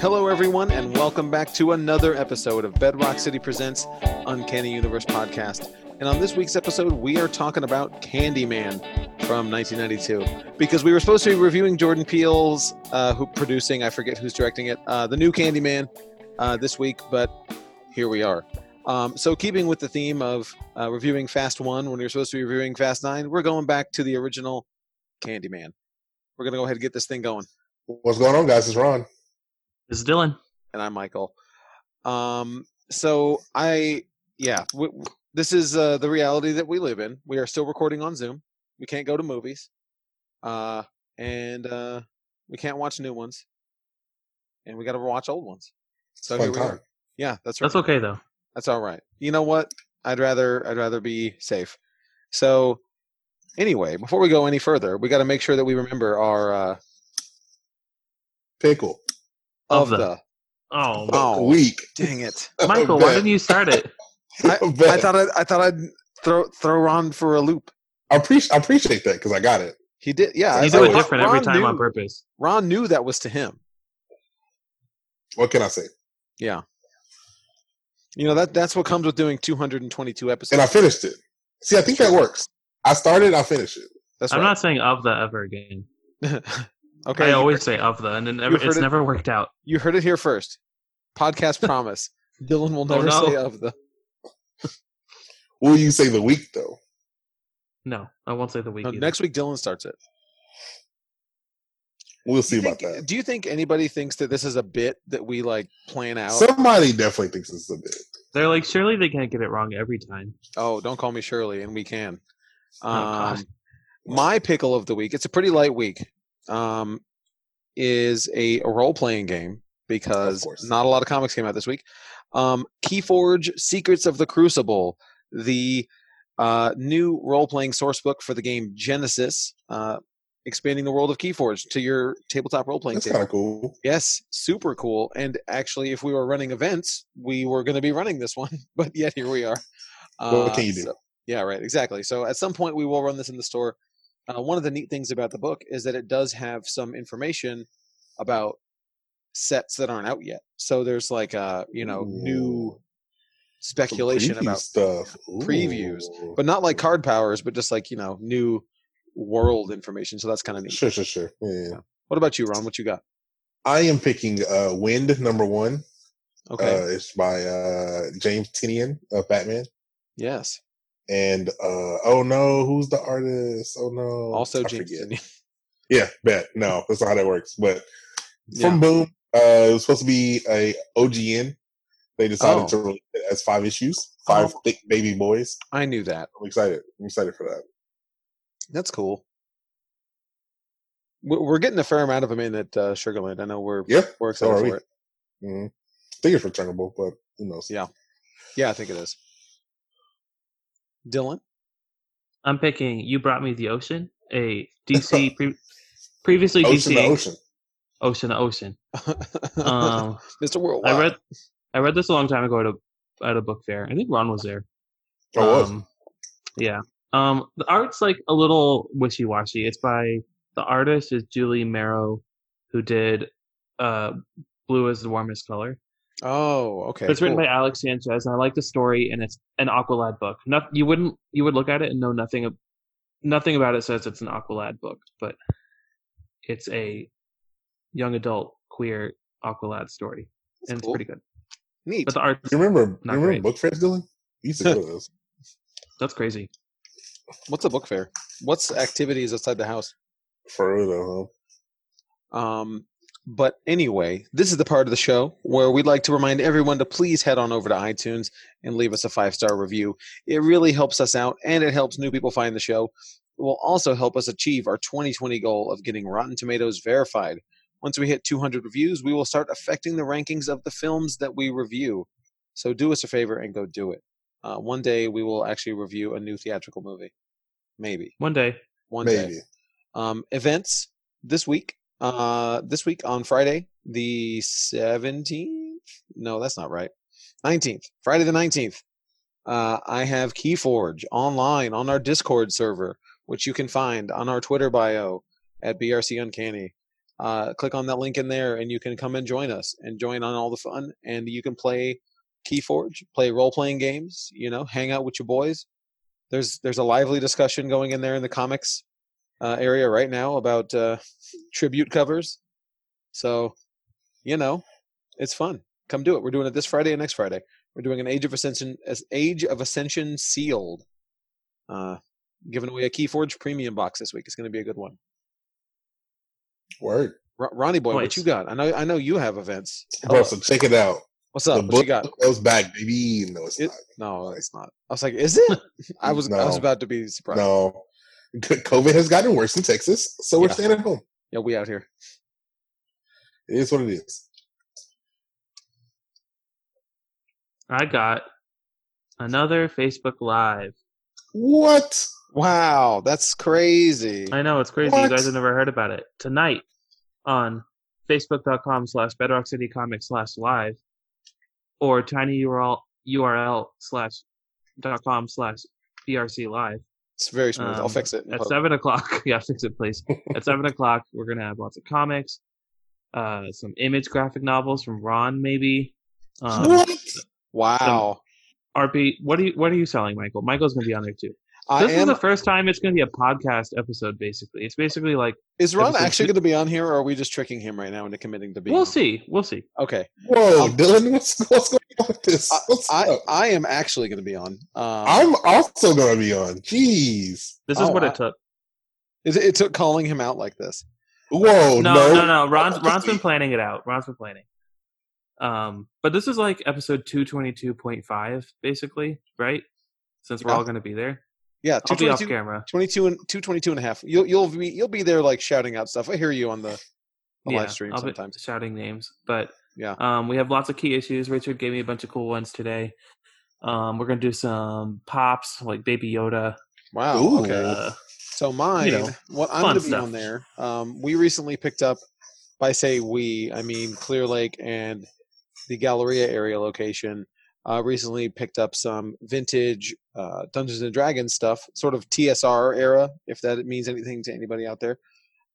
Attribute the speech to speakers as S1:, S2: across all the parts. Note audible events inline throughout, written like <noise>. S1: Hello, everyone, and welcome back to another episode of Bedrock City Presents Uncanny Universe Podcast. And on this week's episode, we are talking about Candyman from 1992 because we were supposed to be reviewing Jordan Peele's, uh, who producing, I forget who's directing it, uh, the new Candyman uh, this week, but here we are. Um, so, keeping with the theme of uh, reviewing Fast One when we were supposed to be reviewing Fast Nine, we're going back to the original Candyman. We're going to go ahead and get this thing going.
S2: What's going on, guys? It's Ron.
S3: This is Dylan.
S1: and I'm Michael. Um, so I, yeah, w- w- this is uh, the reality that we live in. We are still recording on Zoom. We can't go to movies, uh, and uh, we can't watch new ones, and we got to watch old ones. So
S2: Fun
S1: here we
S2: time.
S1: are. Yeah, that's right.
S3: That's okay though.
S1: That's all right. You know what? I'd rather I'd rather be safe. So anyway, before we go any further, we got to make sure that we remember our uh,
S2: Pickle.
S1: of,
S3: Of
S1: the.
S3: the-
S1: <laughs>
S3: Oh,
S1: Oh.
S2: Week.
S1: Dang <laughs> it!
S3: Michael, why didn't you
S1: <laughs>
S3: start it?
S2: <laughs>
S1: I thought I'd, I thought I'd throw throw Ron for a loop.
S2: I, appreciate, I appreciate that because I got it.
S1: He did, yeah.
S3: You
S2: I-
S3: do
S2: I
S3: it
S2: was-
S3: different every
S1: Ron
S3: time on
S1: knew-
S3: purpose.
S1: Ron knew that was to him.
S2: What can I say?
S1: Yeah, you know that that's what comes with doing 222
S2: And
S1: episodes.
S2: I finished it. See, I think that works. I started, I finished it.
S1: that's
S3: I'm
S1: right.
S3: not saying of the ever again.
S1: okay,
S3: I
S1: you
S3: always
S1: heard-
S3: say of the, and then ever,
S1: You've heard
S3: it's
S1: it-
S3: never worked out.
S1: you heard it here first.
S3: <laughs>
S1: Podcast promise. Dylan will
S3: Oh,
S1: never
S3: no.
S1: say of the.
S2: Will you say the week, though?
S3: No, I won't say the week.
S1: No,
S3: either.
S1: next week, Dylan starts it.
S2: We'll see
S1: Do you
S2: about
S1: think-
S2: that.
S1: Do you think anybody thinks that this is a bit that we like plan out?
S2: Somebody definitely thinks it's a bit.
S3: They're like, surely they can't get it wrong every time.
S1: Oh, don't call me Shirley, and we can.
S3: Oh, God.
S1: Um, my pickle of the week. It's a pretty light week. Um, is a role playing game
S2: Of
S1: because
S2: course.
S1: not a lot of comics came out this week. Um, Keyforge: Secrets of the Crucible, the uh, new role playing source book for the game Genesis, uh, expanding the world of Keyforge to your tabletop role playing
S2: That's
S1: table.
S2: kind of cool.
S1: Yes, super cool. And actually, if we were running events, we were going to be running this one, <laughs> but yet here we are.
S2: What can you do?
S1: uh, so- yeah, right. Exactly. So at some point, we will run this in the store. Uh, one of the neat things about the book is that it does have some information about sets that aren't out yet. So there's like a you know new
S2: Ooh. Some
S1: speculation
S2: preview
S1: about,
S2: stuff. Ooh.
S1: previews, but not like card powers, but just like you know new world information. So that's kind of neat.
S2: Sure, sure, sure. Yeah.
S1: What about you, Ron? What you got?
S2: I am picking uh, Wind number one.
S1: Okay.
S2: Uh, it's by uh, James Tinian of Batman.
S1: yes.
S2: and uh oh no, who's the artist? Oh no,
S1: Also,
S2: I
S1: James.
S2: forget.
S1: <laughs> Tinian.
S2: Yeah, bet. No, that's not how that works. But
S1: Yeah.
S2: from Boom, uh, it was supposed to be a OGN. They decided
S1: Oh.
S2: to release it as five issues, five
S1: Oh.
S2: thick baby boys.
S1: I knew that.
S2: I'm excited. I'm excited for that.
S1: That's cool. We- We're getting a fair amount of them in at uh, Sugarland. I know we're
S2: Yeah,
S1: we're
S2: so
S1: excited
S2: are
S1: for
S2: we.
S1: it.
S2: Mhm. I think it's returnable, but who knows?
S1: Yeah. Yeah, I think it is. Dylan? <laughs>
S3: I'm picking. You brought me the ocean. A
S1: <laughs>
S3: DC pre- previously
S2: Ocean
S3: DC
S2: to ocean.
S3: ocean
S1: <laughs>
S3: to ocean. Um,
S1: Mr. Worldwide.
S3: I read I read this a long time ago at a at a book fair. I think Ron was there.
S1: Oh,
S2: I was.
S3: Um, yeah. Um, the art's like a little wishy washy. It's by the artist is Julie Marrow, who did uh, "Blue Is the Warmest Color."
S1: oh, okay.
S3: But it's written
S1: cool.
S3: by Alex Sanchez, and I like the story. And it's an Aqualad book. Not you wouldn't you would look at it and know nothing ab- nothing about it says it's an Aqualad book, but it's a young adult queer Aqualad story,
S1: That's
S3: and it's
S1: cool.
S3: pretty good.
S1: neat.
S3: But the art
S2: You remember? You
S3: Not
S2: remember
S3: great.
S2: book fairs, Dylan? You used to
S1: <laughs>
S2: go to those.
S3: that's crazy.
S1: What's a book fair? What's activities outside the house?
S2: For real though, huh?
S1: Um, but anyway, this is the part of the show where we'd like to remind everyone to please head on over to iTunes and leave us a five star review. It really helps us out and it helps new people find the show. It will also help us achieve our 2020 goal of getting Rotten Tomatoes verified. Once we hit 200 reviews, we will start affecting the rankings of the films that we review. So do us a favor and go do it. Uh, one day we will actually review a new theatrical movie. Maybe.
S3: One day,
S1: One day
S2: Maybe.
S1: um, events this week. Uh, this week on Friday, the 17th? No, that's not right. 19th. Friday the 19th. Uh, I have Keyforge online on our Discord server, which you can find on our Twitter bio at BRC Uncanny. uh, click on that link in there and you can come and join us and join on all the fun. And you can play Keyforge, play role playing games, you know, hang out with your boys. There's there's a lively discussion going in there in the comics uh, area right now about uh, tribute covers. So, you know, it's fun. Come do it. We're doing it this Friday and next Friday. We're doing an Age of Ascension, as Age of Ascension sealed. Uh, giving away a Keyforge premium box this week. It's going to be a good one.
S2: Word.
S1: Ro- Ronnie boy, what
S3: Nice.
S1: you got? I know I know you have events. Hello.
S2: Bro, so check it out.
S1: Oh. What's up?
S2: the
S1: What you
S2: book
S1: got?
S2: goes back, baby. No, it's
S1: It-
S2: not.
S1: No, it's not. I was like, is it? I was I was
S2: No.
S1: about to be surprised.
S2: No. C- COVID has gotten worse in Texas, so we're
S1: Yeah.
S2: staying at home.
S1: Yeah, we out here.
S2: It is what it is.
S3: I got another Facebook Live.
S2: What?
S1: Wow, that's crazy.
S3: I know it's crazy. You
S2: What?
S3: guys have never heard about it. Tonight on Facebook.com slash Bedrock City Comics slash live or tiny URL URL slash dot com slash BRC live.
S1: It's very smooth. I'll
S3: Um,
S1: fix it. in
S3: At
S1: post.
S3: seven o'clock. <laughs> Yeah, fix
S1: <laughs>
S3: it please. At seven o'clock we're gonna have lots of comics, uh some image graphic novels from Ron maybe. Um
S2: what?
S1: Wow.
S3: RP what are you what are you selling, Michael? Michael's gonna be on there too.
S1: I
S3: This is
S1: am
S3: the first time it's gonna be a podcast episode basically. It's basically like
S1: is Ron
S3: episode
S1: actually
S3: two-
S1: going to be on here or are we just tricking him right now into committing to being
S3: we'll
S1: on?
S3: see. We'll see.
S1: Okay.
S2: Whoa,
S1: Um,
S2: Dylan, what's what's going on with this? What's
S1: I um,
S2: up?
S1: I am actually going to be on. Um,
S2: I'm also gonna be on. Jeez.
S3: This is
S1: Oh,
S3: what
S1: I-
S3: it took.
S1: it, it took calling him out like this.
S2: Whoa,
S3: no,
S2: no,
S3: no, no. Ron's
S2: Just
S3: Ron's been
S2: me.
S3: planning it out. Ron's been planning. Um, but this is like episode two twenty two point five, basically, right? Since we're
S1: Yeah.
S3: all going to be there,
S1: Yeah,
S3: I'll be off
S1: 222
S3: camera.
S1: 22 and 222 and a half. You'll you'll be you'll be there like shouting out stuff. I hear you on the, the
S3: yeah,
S1: live stream
S3: I'll be
S1: sometimes.
S3: shouting names, but
S1: Yeah.
S3: um, we have lots of key issues. Richard gave me a bunch of cool ones today. Um, we're gonna do some pops like Baby Yoda.
S1: Wow.
S2: Ooh.
S1: Okay.
S3: Uh,
S1: So mine,
S3: you know,
S1: what I'm
S3: fun
S1: going to be
S3: stuff.
S1: on there. Um, we recently picked up. By say we, I mean Clear Lake and the Galleria area location. Uh, recently picked up some vintage uh, Dungeons and Dragons stuff, sort of TSR era, if that means anything to anybody out there.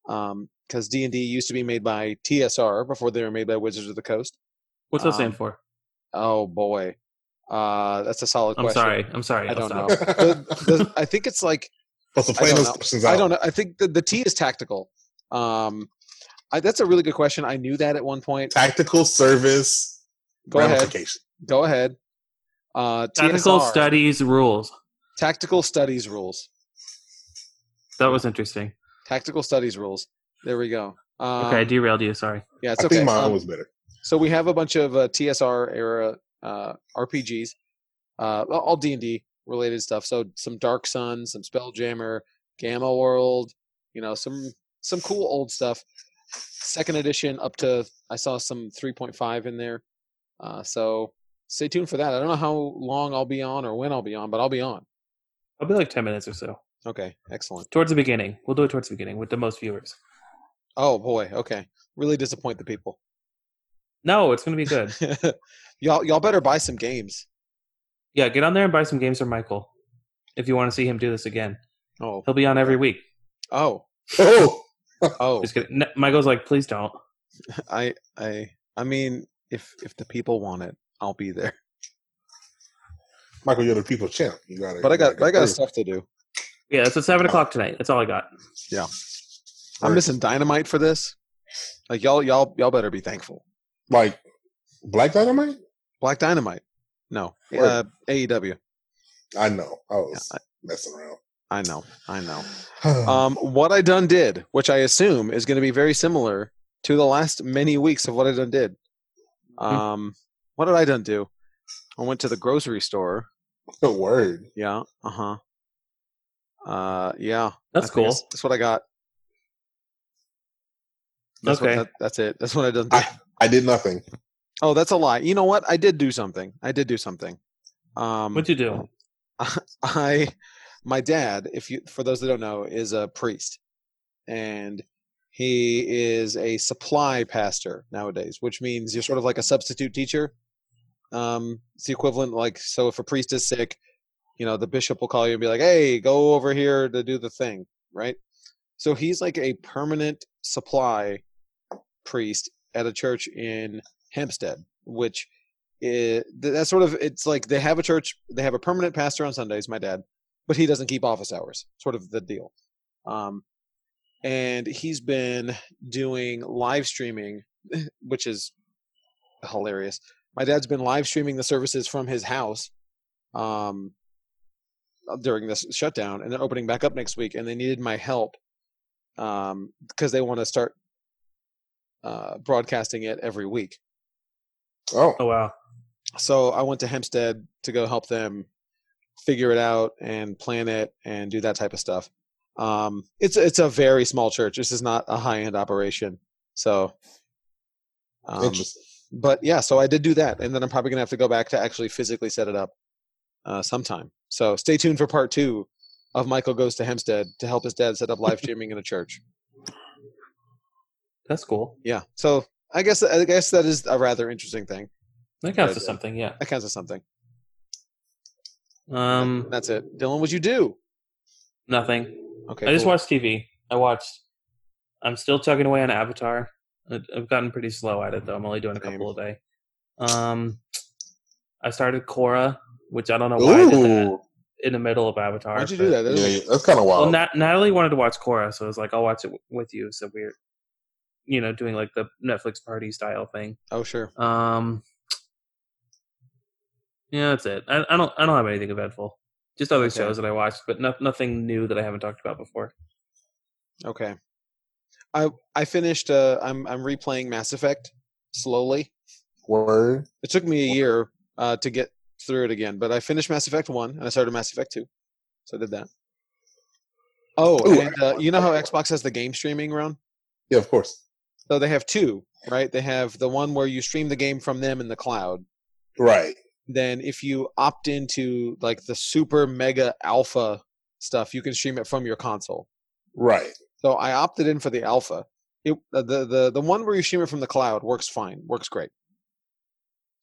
S1: Because D and D used to be made by TSR before they were made by Wizards of the Coast.
S3: what's that
S1: Um,
S3: stand for?
S1: Oh boy, uh, that's a solid
S3: I'm
S1: question.
S3: sorry. I'm sorry.
S1: I
S3: I'll
S1: don't
S3: stop.
S1: know.
S2: <laughs>
S3: <laughs>
S1: The- the- I think it's like
S2: Supposed to
S1: I
S2: plan
S1: don't
S2: those
S1: know.
S2: questions out.
S1: I don't know. I think the, the T is tactical. Um, I, that's a really good question. I knew that at one point.
S2: Tactical service
S1: Go ahead.
S2: ramification.
S1: Go ahead. Uh,
S3: Tactical
S1: TSR,
S3: studies rules.
S1: Tactical studies rules.
S3: That was interesting.
S1: Tactical studies rules. There we go. Um,
S3: Okay, I derailed you. Sorry.
S1: Yeah, it's
S2: I
S1: okay.
S2: think mine
S1: Um,
S2: was better.
S1: so we have a bunch of uh, TSR era uh, RPGs, uh, well, all D and D related stuff. So some Dark Sun, some Spelljammer, Gamma World, you know, some some cool old stuff. Second edition up to I saw some 3.5 in there. Uh, so stay tuned for that. I don't know how long I'll be on or when I'll be on, but I'll be on.
S3: I'll be like ten minutes or so.
S1: Okay, excellent.
S3: towards the beginning. We'll do it towards the beginning with the most viewers.
S1: Oh boy, okay. Really disappoint the people. <laughs>
S3: No, it's gonna be good.
S1: y'all y'all better buy some games.
S3: yeah, get on there and buy some games for Michael if you want to see him do this again.
S1: Oh.
S3: He'll be on every week.
S1: Oh.
S2: Oh,
S1: Oh.
S3: Just kidding. No, Michael's like, please don't.
S1: I I I mean, if if the people want it, I'll be there.
S2: Michael, you're the people champ. You got it.
S1: But I got but I got stuff to do.
S3: Yeah, it's at seven o'clock tonight. That's all I got.
S1: I'm
S2: Right.
S1: missing dynamite for this. Like y'all y'all y'all better be thankful.
S2: like Black Dynamite.
S1: Black Dynamite. No.
S2: Word.
S1: Uh, AEW.
S2: I know. I was
S1: Yeah,
S2: messing around. <sighs>
S1: I know. I know. Um, what I done did, which I assume is going to be very similar to the last many weeks of what I done did. Um, what did I done do? I went to the grocery store.
S2: the word.
S1: Yeah. Uh huh. Uh yeah. I
S3: That's
S1: think
S3: cool.
S1: That's, that's what I got. That's what-
S3: Okay.
S1: that- that's it. That's what I done.
S2: I- I did nothing.
S1: oh, that's a lie. You know what? I did do something. I did do something. Um,
S3: What'd you do?
S1: <laughs> I, my dad, if you for those that don't know, is a priest, and he is a supply pastor nowadays, which means you're sort of like a substitute teacher. Um, it's the equivalent, like so, if a priest is sick, you know, the bishop will call you and be like, "Hey, go over here to do the thing," right? So he's like a permanent supply priest at a church in Hempstead, which i- Eh, th that's sort of it's like they have a church, they have a permanent pastor on Sundays, my dad, but he doesn't keep office hours, sort of the deal. Um, and he's been doing live streaming, <laughs> which is hilarious. My dad's been live streaming the services from his house um, uh, during this shutdown, and they're opening back up next week, and they needed my help um, because they want to start uh, broadcasting it every week.
S2: Oh,
S3: Oh wow.
S1: So I went to Hempstead to go help them figure it out and plan it and do that type of stuff. Um, it's it's a very small church. This is not a high end operation. So, um,
S2: interesting.
S1: but yeah, so I did do that, and then I'm probably gonna have to go back to actually physically set it up uh, sometime. So stay tuned for part two of Michael goes to Hempstead to help his dad set up
S3: <laughs>
S1: live streaming in a church.
S3: That's cool.
S1: Yeah, so I guess I guess that is a rather interesting thing.
S3: That counts as
S1: Yeah.
S3: something, yeah.
S1: That counts as something.
S3: Um
S1: That's it, Dylan. What'd you do?
S3: nothing.
S1: Okay,
S3: I just
S1: cool.
S3: watched TV. I watched I'm still tugging away on Avatar. I- I've gotten pretty slow at it though. I'm only doing a
S1: Same.
S3: couple a day. Um I started Korra, which I don't know why I did that
S2: Ooh.
S3: in the middle of Avatar.
S1: Why'd you
S3: but-
S1: do that? That
S2: Yeah,
S1: doesn't-
S2: yeah, that's kind of
S3: Well,
S2: wild.
S3: Nat- Natalie wanted to watch Korra, so I was like, "I'll watch it w- with you." So we're, you know, doing like the Netflix party style thing.
S1: Oh, sure.
S3: Um, yeah, that's it. I, I don't, I don't have anything eventful. Just other
S1: Okay.
S3: shows that I watched, but no- nothing new that I haven't talked about before.
S1: Okay. I I finished. Uh, I'm I'm replaying Mass Effect slowly.
S2: Word.
S1: It took me a year uh, to get through it again, but I finished Mass Effect one and I started Mass Effect two, so I did that. Oh,
S2: Ooh,
S1: and uh, you know how Xbox has the game streaming run?
S2: Yeah, of course.
S1: So they have two, right? They have the one where you stream the game from them in the cloud.
S2: Right.
S1: Then if you opt into like the super mega alpha stuff, you can stream it from your console.
S2: Right.
S1: So I opted in for the alpha. It, the, the the one where you stream it from the cloud works fine, works great.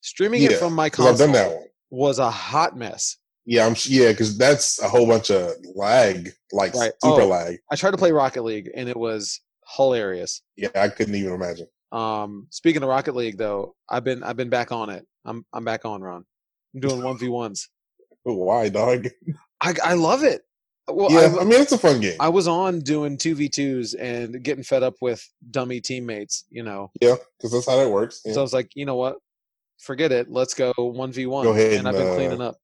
S1: Streaming it
S2: Yeah,
S1: from my
S2: 'Cause
S1: console
S2: I've done that one.
S1: was a hot mess.
S2: Yeah, I'm. s- Yeah, because that's a whole bunch of lag, like
S1: Right.
S2: super
S1: Oh.
S2: lag.
S1: I tried to play Rocket League and it was hilarious.
S2: Yeah, I couldn't even imagine.
S1: Um, speaking of Rocket League, though, I've been I've been back on it. I'm I'm back on Ron. I'm doing one v ones.
S2: Why, dog?
S1: I I love it. Well,
S2: yeah,
S1: I,
S2: I mean it's a fun game.
S1: I was on doing two v twos and getting fed up with dummy teammates. You know,
S2: yeah, because that's how that works. Yeah.
S1: so I was like, you know what? Forget it. Let's go one v one.
S2: Go ahead
S1: And I've been
S2: and, uh,
S1: cleaning up.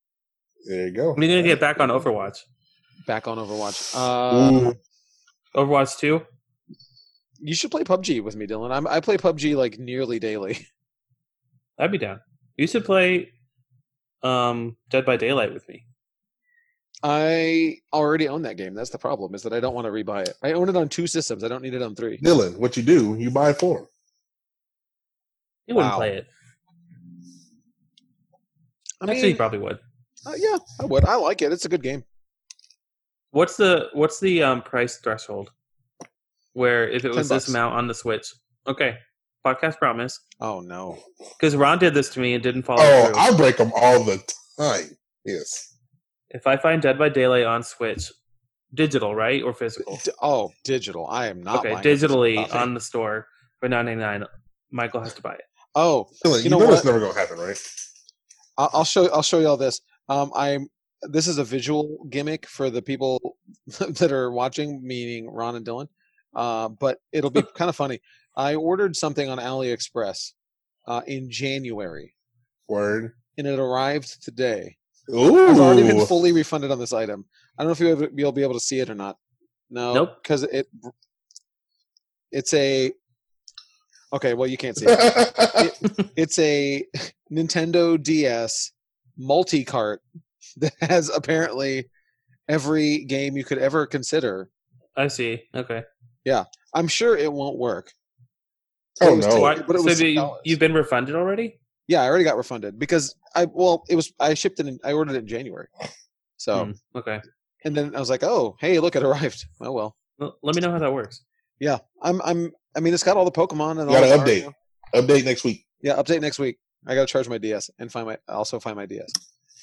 S2: there you go.
S3: When are you gonna get back on Overwatch?
S1: back on Overwatch. Uh,
S2: Ooh,
S3: Overwatch two?
S1: you should play PUBG with me, Dylan. I'm, I play PUBG like nearly daily. <laughs>
S3: I'd be down. You should play, um, Dead by Daylight with me.
S1: I already own that game. That's the problem is that I don't want to rebuy it. I own it on two systems. I don't need it on three.
S2: Dylan, what you do? You buy it for him.
S3: You wouldn't
S1: Wow.
S3: play it.
S1: I
S3: Actually, you
S1: mean,
S3: probably would.
S1: uh, yeah, I would. I like it. It's a good game.
S3: What's the what's the um, price threshold? Where if it
S1: Ten
S3: was
S1: bucks.
S3: this amount on the Switch, okay, podcast promise.
S1: Oh no.
S3: Because Ron did this to me and didn't follow
S2: Oh,
S3: through.
S2: I break them all the time. Yes,
S3: if I find Dead by Daylight on Switch, digital right or physical?
S1: D- oh, digital. I am not.
S3: Okay,
S1: buying it.
S3: digitally
S1: Nothing.
S3: on the store for nine ninety nine. Michael has to buy it.
S1: Oh,
S2: Dylan,
S1: You
S2: you,
S1: know
S2: know,
S1: what?
S2: it's never gonna happen, right?
S1: I- I'll show. I'll show y'all this. Um, I'm. This is a visual gimmick for the people <laughs> that are watching, meaning Ron and Dylan. Uh, but it'll be kind of funny. I ordered something on AliExpress uh, in January,
S2: Word.
S1: and it arrived today.
S2: Ooh,
S1: I've already
S2: <laughs>
S1: been fully refunded on this item. I don't know if you ever, you'll be able to see it or not. No,
S3: Nope.
S1: because it it's a okay. Well, you can't see it.
S2: It-
S1: It's a <laughs> Nintendo DS multi cart <laughs> that has apparently every game you could ever consider.
S3: I see. Okay,
S1: I'm sure it won't work.
S2: oh
S1: was
S2: no,
S1: too-
S3: Why-
S1: but it
S3: so
S1: was
S3: do you,
S1: $6.
S3: you've been refunded already?
S1: Yeah, I already got refunded because I well, it was I shipped it in I ordered it in January. So
S3: Hmm, okay,
S1: and then I was like, oh hey, look, it arrived. <laughs> Oh well.
S3: L- let me know how that works.
S1: I'm I'm I mean it's got all the Pokemon and
S2: You gotta
S1: all the
S2: update.
S1: Mario.
S2: update next week.
S1: Yeah, update next week. I gotta charge my DS and find my also find my DS.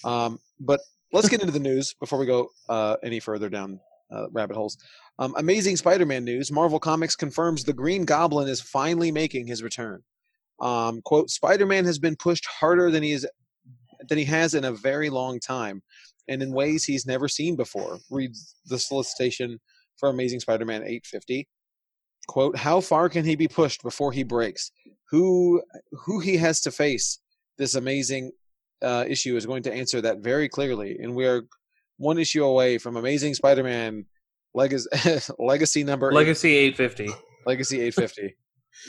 S1: Um, but let's get into the news before we go uh, any further down uh, rabbit holes. Um, amazing Spider-Man news: Marvel Comics confirms the Green Goblin is finally making his return. Um, quote: Spider-Man has been pushed harder than he is than he has in a very long time, and in ways he's never seen before. Reads the solicitation for Amazing Spider-Man 850. Quote: How far can he be pushed before he breaks? Who who he has to face? This amazing uh, issue is going to answer that very clearly, and we are one issue away from Amazing Spider-Man Legacy, <laughs> Legacy number eight-
S3: Legacy 850.
S1: Legacy 850.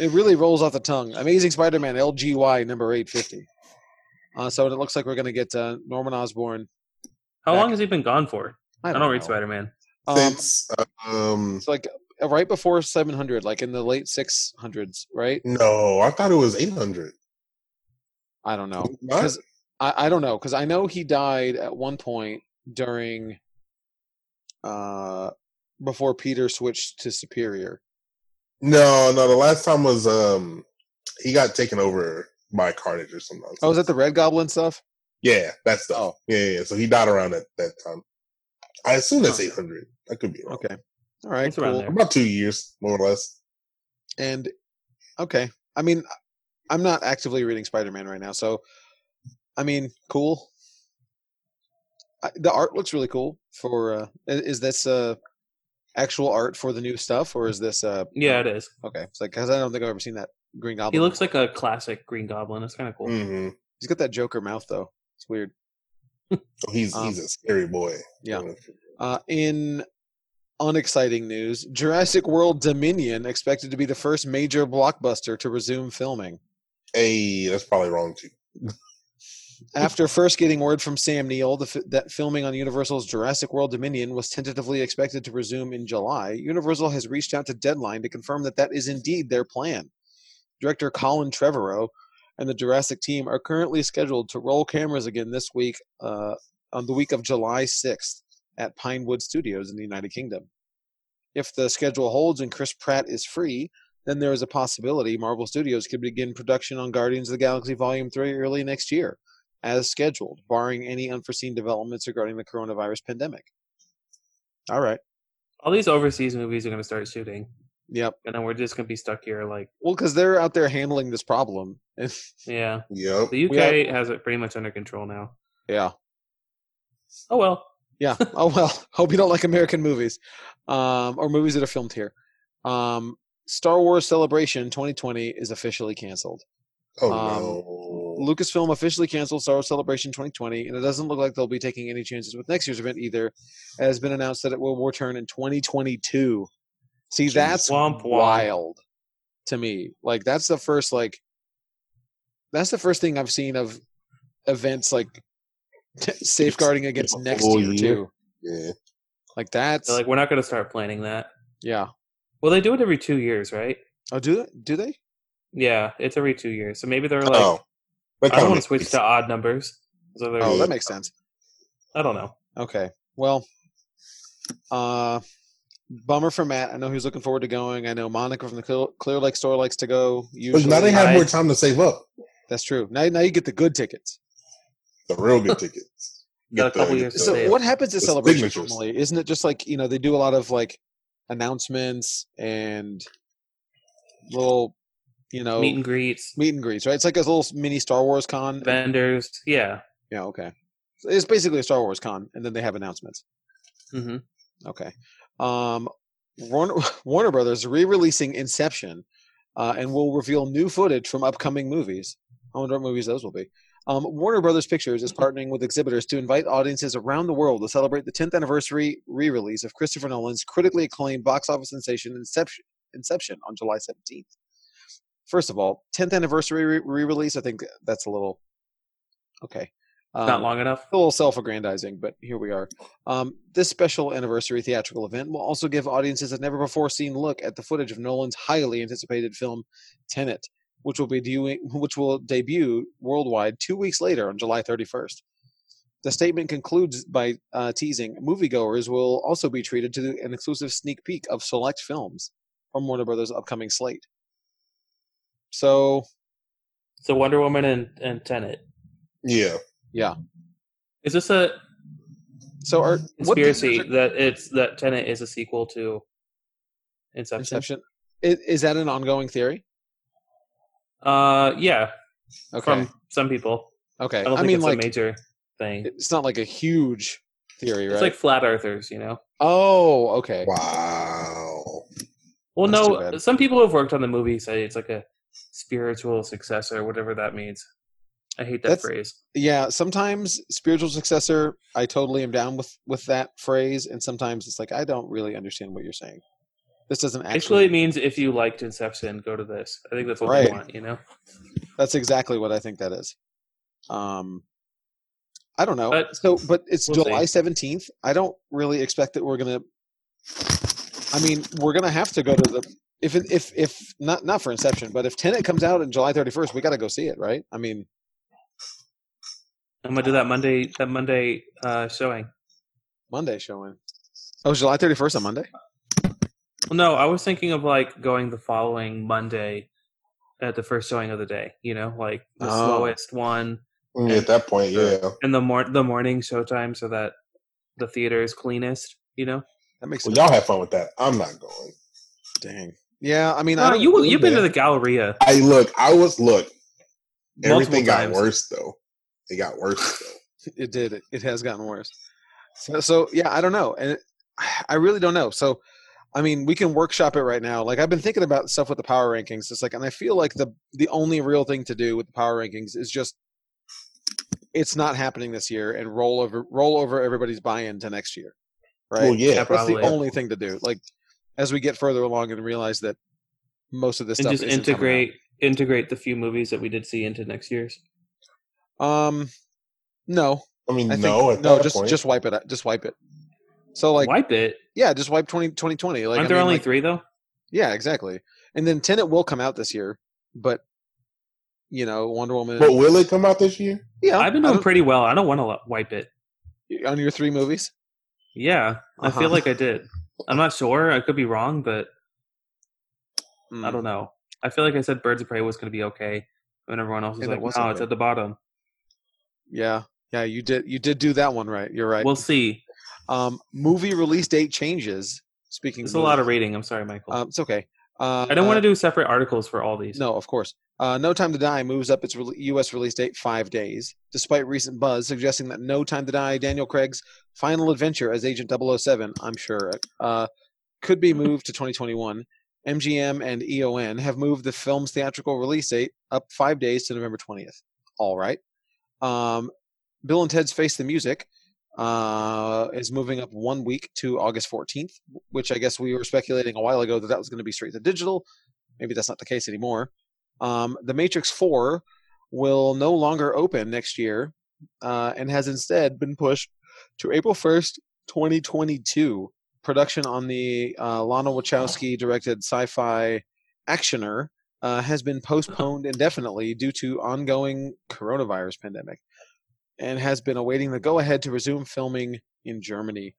S1: it really rolls off the tongue. Amazing Spider-Man LGY number 850. Uh, so it looks like we're going to get uh, Norman Osborn.
S3: How
S1: Back-
S3: long has he been gone for? I don't, read
S1: know.
S3: Spider Man.
S1: Um,
S2: Since um,
S1: it's like uh, right before 700, like in the late 600s, right?
S2: no, I thought it was eight hundred.
S1: I don't know.
S2: What?
S1: Because I, I don't know. Because I know he died at one point during, uh, before Peter switched to Superior.
S2: No, no, the last time was um, he got taken over by Carnage or something.
S1: Oh, is that the Red Goblin stuff?
S2: Yeah, that's the.
S1: Oh.
S2: Yeah, yeah. So he died around that that time. I assume that's
S1: Huh.
S2: eight hundred. That could be wrong.
S1: Okay. All right.
S3: It's around
S1: cool.
S3: there.
S2: About two years, more or less.
S1: and okay i mean i'm not actively reading spider-man right now so i mean cool I, the art looks really cool for uh i- is this uh actual art for the new stuff or is this uh
S3: Yeah, it is.
S1: okay it's like because i don't think i've ever seen that green goblin
S3: He looks like a classic Green Goblin. It's kind of cool.
S2: hmm
S1: he's got that joker mouth though it's weird
S2: So he's
S1: Um,
S2: he's a scary boy. Mm-hmm.
S1: yeah. Uh, in unexciting news, Jurassic World Dominion expected to be the first major blockbuster to resume filming.
S2: Hey, that's probably wrong too.
S1: After first getting word from Sam Neill the f- that filming on Universal's Jurassic World Dominion was tentatively expected to resume in July, Universal has reached out to Deadline to confirm that that is indeed their plan. Director Colin Trevorrow and the Jurassic team are currently scheduled to roll cameras again this week uh, on the week of July 6th at Pinewood Studios in the United Kingdom. If the schedule holds and Chris Pratt is free, then there is a possibility Marvel Studios could begin production on Guardians of the Galaxy Volume 3 early next year as scheduled, barring any unforeseen developments regarding the coronavirus pandemic. All right.
S3: All these overseas movies are going to start shooting,
S1: Yep.
S3: and then we're just going to be stuck here. Like,
S1: Well, because they're out there handling this problem. <laughs>
S3: yeah,
S2: Yep.
S3: the UK
S1: We
S3: has it pretty much under control now.
S1: yeah.
S3: Oh well,
S1: Yeah. Oh well. <laughs> Hope you don't like American movies, um, or movies that are filmed here. Um, Star Wars Celebration 2020 is officially canceled.
S2: Oh
S1: Um,
S2: no.
S1: Lucasfilm officially canceled Star Wars Celebration 2020, and it doesn't look like they'll be taking any chances with next year's event either. It has been announced that it will return in 2022. See, that's
S3: Womp womp.
S1: wild to me. Like, that's the first like, that's the first thing I've seen of events like <laughs> safeguarding against
S2: a
S1: next
S2: full
S1: year,
S2: year.
S1: too.
S2: Yeah.
S1: Like that's
S3: They're like we're not going to start planning that.
S1: yeah.
S3: Well, they do it every two years, right?
S1: Oh, do do they?
S3: Yeah, it's every two years. So maybe they're like,
S2: oh. That
S3: I don't
S2: kinda
S3: want to
S2: makes
S3: switch to odd numbers. So they're-
S1: Oh, that makes sense.
S3: I don't know.
S1: Okay. Well, uh, bummer for Matt. I know he was looking forward to going. I know Monica from the Clear- Clear Lake store likes to go.
S2: But
S1: Usually,
S2: now they have
S3: I-
S2: more time to save up.
S1: that's true. Now, now you get the good tickets.
S2: The real good tickets.
S3: <laughs> Got a couple years to
S1: So,
S3: save.
S1: what happens at
S2: The
S1: celebration
S2: signatures.
S1: normally? Isn't it just like you know they do a lot of like announcements and little you know
S3: Meet and greets,
S1: meet and greets, right? It's like a little mini Star Wars con.
S3: vendors. Yeah.
S1: Yeah. Okay. So it's basically a Star Wars con, and then they have announcements.
S3: hmm
S1: Okay. Um, Warner, <laughs> Warner Brothers re-releasing Inception, uh, and will reveal new footage from upcoming movies. I wonder what movies those will be. Um, Warner Brothers Pictures is partnering with exhibitors to invite audiences around the world to celebrate the 10th anniversary re-release of Christopher Nolan's critically acclaimed box office sensation Inception, Inception on July 17th. First of all, 10th anniversary re- re-release. I think that's a little okay. Um,
S3: Not long enough.
S1: a little self-aggrandizing, but here we are. Um, this special anniversary theatrical event will also give audiences a never-before-seen look at the footage of Nolan's highly anticipated film Tenet, which will be due, which will debut worldwide two weeks later on July 31st. The statement concludes by uh, teasing moviegoers will also be treated to an exclusive sneak peek of select films from Warner Brothers' upcoming slate. So
S3: So Wonder Woman and, and Tenet.
S2: Yeah.
S3: Is this a
S1: So, Art, what
S3: Conspiracy
S1: pictures
S3: that it's that Tenet is a sequel to
S1: are-
S3: Inception.
S1: Inception? Is, is that an ongoing theory?
S3: Uh, yeah,
S1: Okay.
S3: from some people.
S1: okay.
S3: I don't
S1: I,
S3: think
S1: mean,
S3: it's
S1: like,
S3: a major thing.
S1: it's not like a huge theory, right?
S3: It's like flat earthers, you know.
S1: oh, okay.
S2: Wow.
S3: Well,
S1: That's too
S3: no,
S1: bad.
S3: some people have worked on the movie, say it's like a spiritual successor, whatever that means. I hate that
S1: That's-
S3: phrase.
S1: Yeah. Sometimes spiritual successor, I totally am down with with that phrase, and sometimes it's like I don't really understand what you're saying. This doesn't actually.
S3: Actually, it means if you liked Inception, go to this. I think that's what
S1: Right.
S3: they want, you know.
S1: That's exactly what I think that is. Um, I don't know.
S3: But-
S1: so, but it's
S3: We'll see.
S1: July seventeenth. I don't really expect that we're gonna. I mean, we're gonna have to go to the if it, if if not not for Inception, but if Tenet comes out on July thirty first, we got to go see it, right? I mean,
S3: I'm gonna do that Monday. That Monday uh, showing.
S1: Monday showing. Oh, July thirty first on Monday.
S3: Well, no, I was thinking of like going the following Monday at the first showing of the day. You know, like the
S1: Oh.
S3: slowest one
S2: Mm, At that point, yeah.
S3: and the mor- the morning showtime, so that the theater is cleanest. You know,
S1: That makes
S2: Well,
S1: sense.
S2: y'all have fun with that. I'm not going.
S1: Dang. Yeah, I mean, I
S3: Uh,
S1: don't-
S3: you you've been to
S2: yeah.
S3: the uh, Galleria.
S2: I look. I was look.
S3: multiple
S2: Everything got
S3: times.
S2: worse though. It got worse though.
S1: it did. It, it has gotten worse. So, so yeah, I don't know, and it, I really don't know. So, I mean, we can workshop it right now. Like I've been thinking about stuff with the power rankings. It's like, and I feel like the the only real thing to do with the power rankings is just it's not happening this year, and roll over roll over everybody's buy in to next year, right?
S2: Well, yeah.
S3: Yeah,
S1: That's the
S3: probably.
S1: only thing to do. Like as we get further along and realize that most of this
S3: and
S1: stuff
S3: just
S1: isn't coming out.
S3: integrate integrate the few movies that we did see into next year's.
S1: Um, no,
S2: I mean,
S1: I think,
S2: no. At
S1: no,
S2: that
S1: just
S2: point,
S1: just wipe it. out. Just wipe it. So like,
S3: Wipe it.
S1: yeah, just wipe 20, 2020. Like,
S3: Aren't
S1: I
S3: there
S1: mean,
S3: only
S1: like-
S3: three though?
S1: Yeah, exactly. And then Tenet will come out this year, but you know, Wonder Woman.
S2: but will it come out this year?
S1: yeah,
S3: I've been
S1: I
S3: doing pretty well. I don't want to wipe it.
S1: don't- on your three movies.
S3: Yeah, I
S1: Uh-huh.
S3: feel like I did. I'm not sure. I could be wrong, but
S1: Mm.
S3: I don't know. I feel like I said Birds of Prey was going to be okay, and everyone else was
S1: And it
S3: like,
S1: wasn't
S3: "No, it's
S1: good."
S3: at the bottom."
S1: Yeah, yeah, you did. You did do that one right. You're right.
S3: We'll see.
S1: um, movie release date changes. Speaking,
S3: It's a lot of reading. I'm sorry, Michael.
S1: Um, it's okay. Uh,
S3: I don't want to do separate articles for all these.
S1: No, of course. Uh, no Time to Die moves up its rele- U.S. release date five days, despite recent buzz suggesting that No Time to Die, Daniel Craig's final adventure as Agent 007, I'm sure, uh, could be moved to 2021. MGM and EON have moved the film's theatrical release date up five days to November 20th. All right. Um, Bill and Ted's Face the Music uh, is moving up one week to August 14th, which I guess we were speculating a while ago that that was going to be straight to digital. Maybe that's not the case anymore. Um, the Matrix 4 will no longer open next year uh, and has instead been pushed to April 1st, 2022. Production on the uh, Lana Wachowski directed sci fi actioner uh, has been postponed indefinitely due to ongoing coronavirus pandemic and has been awaiting the go ahead to resume filming in Germany.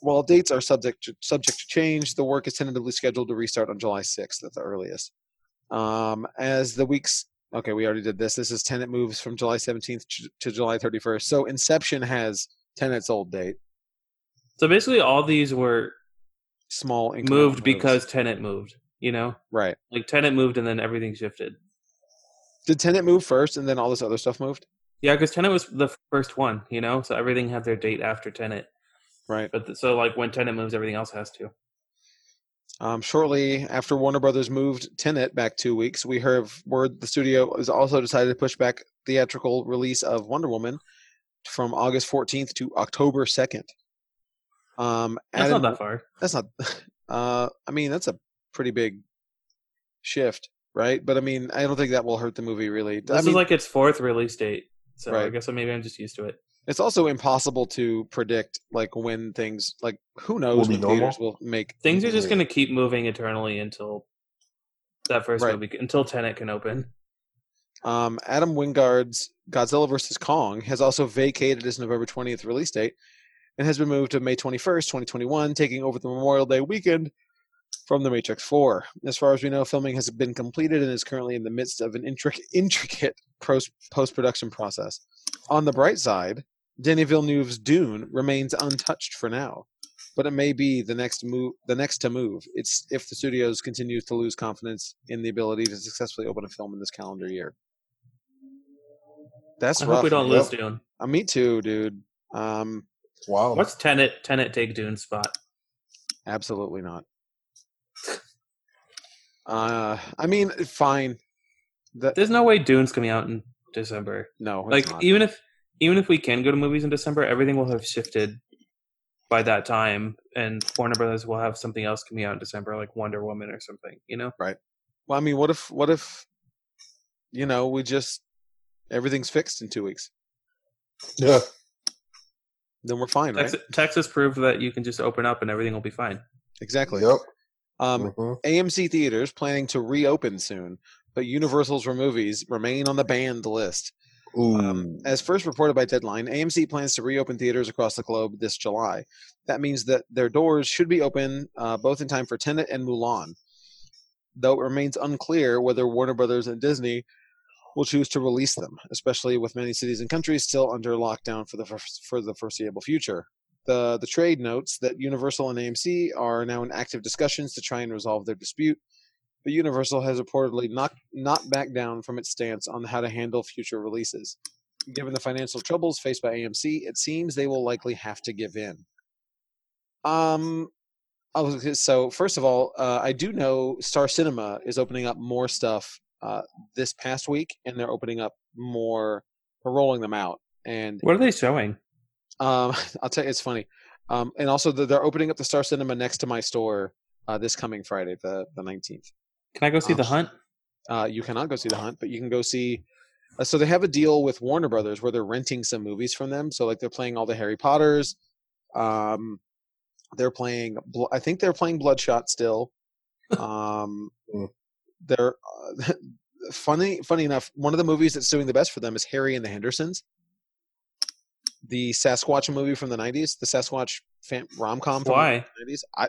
S1: While dates are subject to, subject to change, the work is tentatively scheduled to restart on July 6th at the earliest. Um, as the weeks, okay, we already did this. This is Tenant moves from July 17th to, to July 31st. So Inception has Tenant's old date.
S3: So basically, all these were
S1: Small incremental
S3: moved
S1: moves.
S3: because Tenant moved. You know,
S1: right.
S3: like Tenant moved, and then everything shifted.
S1: Did Tenant move first, and then all this other stuff moved?
S3: Yeah, because Tenant was the first one. You know, so everything had their date after Tenant.
S1: Right.
S3: But th- so like when Tenant moves, everything else has to.
S1: Um, shortly after Warner Brothers moved Tenet back two weeks, we heard of word the studio has also decided to push back theatrical release of Wonder Woman from August 14th to October 2nd. Um,
S3: That's
S1: added-
S3: not that far.
S1: that's not. <laughs> Uh, I mean, that's a pretty big shift, right? But I mean, I don't think that will hurt the movie really.
S3: This
S1: I mean,
S3: is like its fourth release date. So I
S1: Right.
S3: guess maybe I'm just used to it.
S1: it's also impossible to predict like when things like who knows
S2: Will be
S1: when
S2: normal?
S1: theaters will make
S3: Things are just
S1: movies.
S3: going to keep moving eternally until that first
S1: Right.
S3: movie, until Tenet can open.
S1: Um, Adam Wingard's Godzilla vs. Kong has also vacated his November 20th release date and has been moved to May 21st, 2021, taking over the Memorial Day weekend from The Matrix 4. As far as we know, filming has been completed and is currently in the midst of an intric- intricate post production process. On the bright side, Denis Villeneuve's Dune remains untouched for now, but it may be the next move. The next to move. It's if the studios continues to lose confidence in the ability to successfully open a film in this calendar year. That's
S3: I
S1: rough.
S3: hope we don't
S1: man.
S3: lose Dune.
S1: Uh, me too, dude. Um,
S2: Wow.
S3: What's Tenet? Tenet take Dune's spot.
S1: absolutely not. Uh, I mean, fine. That
S3: There's no way Dune's coming out in December.
S1: no, it's
S3: like e
S1: not.
S3: even if even if we can go to movies in December, everything will have shifted by that time, and Warner Brothers will have something else coming out in December, like Wonder Woman or something. You know,
S1: Well, I mean, what if what if you know we just everything's fixed in two weeks?
S2: <laughs> Yeah.
S1: Then we're fine, right?
S3: Texas, Texas proved that you can just open up and everything will be fine.
S1: Exactly.
S2: Yep.
S1: Um,
S2: Mhm.
S1: AMC theaters planning to reopen soon, but Universal's for movies remain on the banned list.
S2: Ooh.
S1: Um, as first reported by Deadline, AMC plans to reopen theaters across the globe this July. That means that their doors should be open uh, both in time for Tenet and Mulan. Though it remains unclear whether Warner Brothers and Disney will choose to release them, especially with many cities and countries still under lockdown for the for, for the foreseeable future. The the trade notes that Universal and AMC are now in active discussions to try and resolve their dispute, but Universal has reportedly not not backed down from its stance on how to handle future releases. Given the financial troubles faced by AMC, it seems they will likely have to give in. Um, I was, so first of all, uh, I do know Star Cinema is opening up more stuff uh, this past week, and they're opening up more, they're rolling them out, and
S3: What are they showing?
S1: um, <laughs> I'll tell you, it's funny. Um, and also, the, they're opening up the Star Cinema next to my store uh, this coming Friday, the the nineteenth.
S3: Can I go see
S1: Um,
S3: The Hunt?
S1: Uh, you cannot go see The Hunt, but you can go see. Uh, so they have a deal with Warner Brothers where they're renting some movies from them. So like they're playing all the Harry Potters. Um, they're playing. Bl- I think they're playing Bloodshot still. Um,
S2: Mm.
S1: they're uh, <laughs> funny. Funny enough, one of the movies that's doing the best for them is Harry and the Hendersons, the Sasquatch movie from the '90s, the Sasquatch fam- rom com.
S3: Why?
S1: the 90s. I,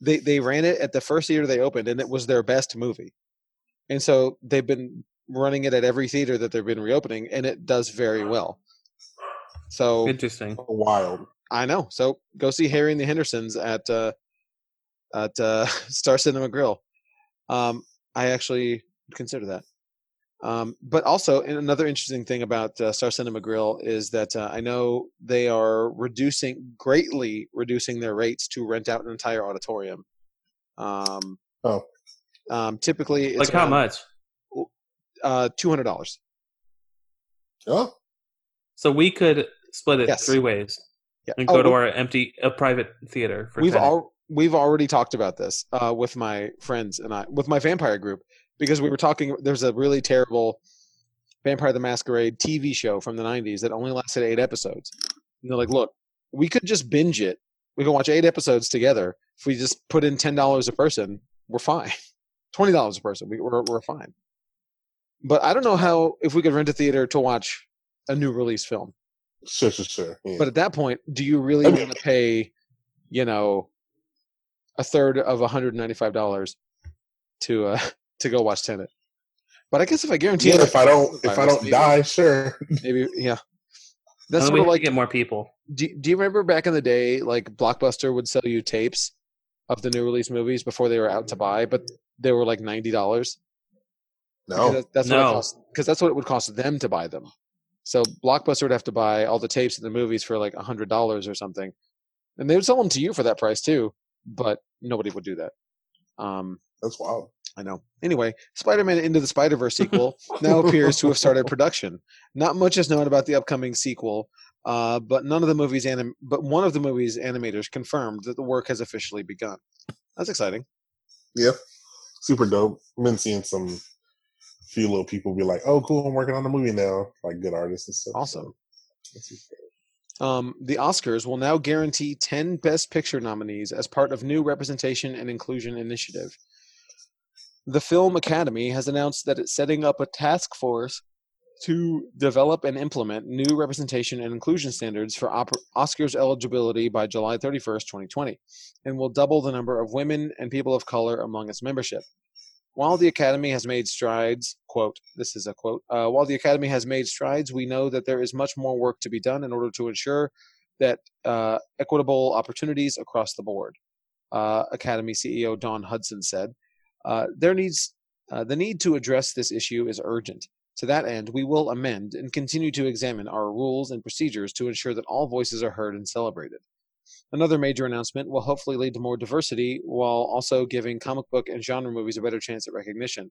S1: they they ran it at the first theater they opened, and it was their best movie. And so they've been running it at every theater that they've been reopening, and it does very well. So
S3: Interesting.
S2: Wild.
S1: I know. So go see Harry and the Hendersons at uh, at uh, <laughs> Star Cinema Grill. Um, I actually consider that. Um, but also, and another interesting thing about uh, Star Cinema Grill is that uh, I know they are reducing greatly reducing their rates to rent out an entire auditorium. Um,
S2: Oh.
S1: Um, typically, it's
S3: Like how
S1: around,
S3: much?
S1: Uh, Two hundred dollars.
S2: Yeah.
S3: So we could split it
S1: Yes.
S3: three ways
S1: Yeah.
S3: and
S1: Oh,
S3: go to
S1: we-
S3: our empty a private theater for
S1: we've
S3: Tenet.
S1: al- we've already talked about this uh, with my friends and I with my vampire group because we were talking. There's a really terrible Vampire the Masquerade TV show from the '90s that only lasted eight episodes. And they're like, "Look, we could just binge it. We can watch eight episodes together. If we just put in ten dollars a person, we're fine. <laughs> Twenty dollars a person, we, we're we're fine." But I don't know how if we could rent a theater to watch a new release film.
S2: Sure, sure, sure. Yeah.
S1: But at that point, do you really
S2: Okay.
S1: want to pay, you know, a third of one hundred ninety five dollars to uh, <laughs> to go watch Tenet? But I guess if I guarantee
S2: yeah,
S1: it,
S2: if I don't if I don't
S1: maybe-
S2: die, sure. <laughs>
S1: maybe yeah.
S3: And
S1: That's
S3: then
S1: sort
S3: we
S1: of
S3: have to
S1: like.
S3: get more people.
S1: Do, do you remember back in the day, like Blockbuster would sell you tapes of the new release movies before they were out to buy, but they were like ninety dollars.
S2: No.
S1: That's, that's what it
S3: No.
S1: cost because that's what it would cost them to buy them. So Blockbuster would have to buy all the tapes of the movies for like a hundred dollars or something, and they would sell them to you for that price too. But nobody would do that. Um,
S2: That's wild.
S1: I know. Anyway, Spider-Man Into the Spider-Verse sequel now appears to have started production. Not much is known about the upcoming sequel, uh, but none of the movies anim- but one of the movie's animators confirmed that the work has officially begun. That's exciting.
S2: Super dope. Been seeing some few little people be like, Oh cool, I'm working on a movie now. Like good artists and stuff.
S1: Awesome.
S2: So, that's-
S1: Um, the Oscars will now guarantee 10 Best Picture nominees as part of new representation and inclusion initiative. The Film Academy has announced that it's setting up a task force to develop and implement new representation and inclusion standards for op- Oscars eligibility by July 31st, 2020, and will double the number of women and people of color among its membership. While the Academy has made strides, quote, this is a quote, uh, while the Academy has made strides, we know that there is much more work to be done in order to ensure that uh, equitable opportunities across the board, uh, Academy CEO Don Hudson said. Uh, there needs, uh, the need to address this issue is urgent. To that end, we will amend and continue to examine our rules and procedures to ensure that all voices are heard and celebrated. Another major announcement will hopefully lead to more diversity while also giving comic book and genre movies a better chance at recognition,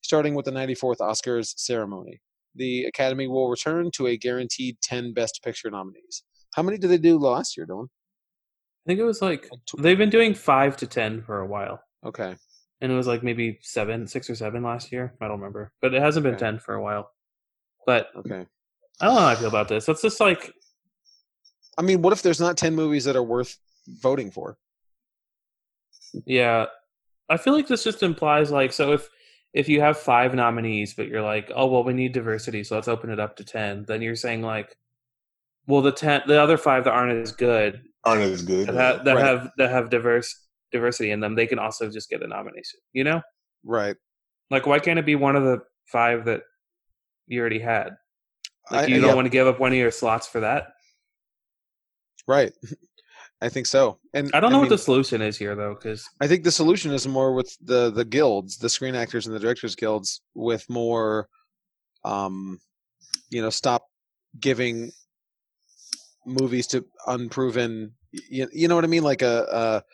S1: starting with the 94th Oscars ceremony. The Academy will return to a guaranteed 10 Best Picture nominees. How many did they do last year, Dylan?
S3: think it was like
S1: Like tw-
S3: they've been doing five to ten for a while,
S1: Okay.
S3: and it was like maybe seven, six or seven last year. I don't remember, but it hasn't been
S1: Okay.
S3: ten for a while. But
S1: Okay.
S3: I don't know how I feel about this. It's just like
S1: I mean, what if there's not 10 movies that are worth voting for?
S3: Yeah. I feel like this just implies like so if if you have five nominees but you're like, "Oh, well we need diversity, so let's open it up to 10." Then you're saying like, "Well, the 10 the other five that aren't as good
S2: Aren't as good.
S3: that have that
S1: Mm-hmm. Right.
S3: have that have diverse diversity in them, they can also just get a nomination." You know?
S1: Right.
S3: Like why can't it be one of the five that you already had? Like
S1: I-
S3: you
S1: yeah,
S3: don't want to give up one of your slots for that?
S1: Right. <laughs> I think so. And
S3: I don't know
S1: mean,
S3: what the solution is here though cuz
S1: I think the solution is more with the the guilds, the Screen Actors and the Directors Guilds, with more, um, you know, stop giving movies to unproven. You, you know what I mean? Like a, a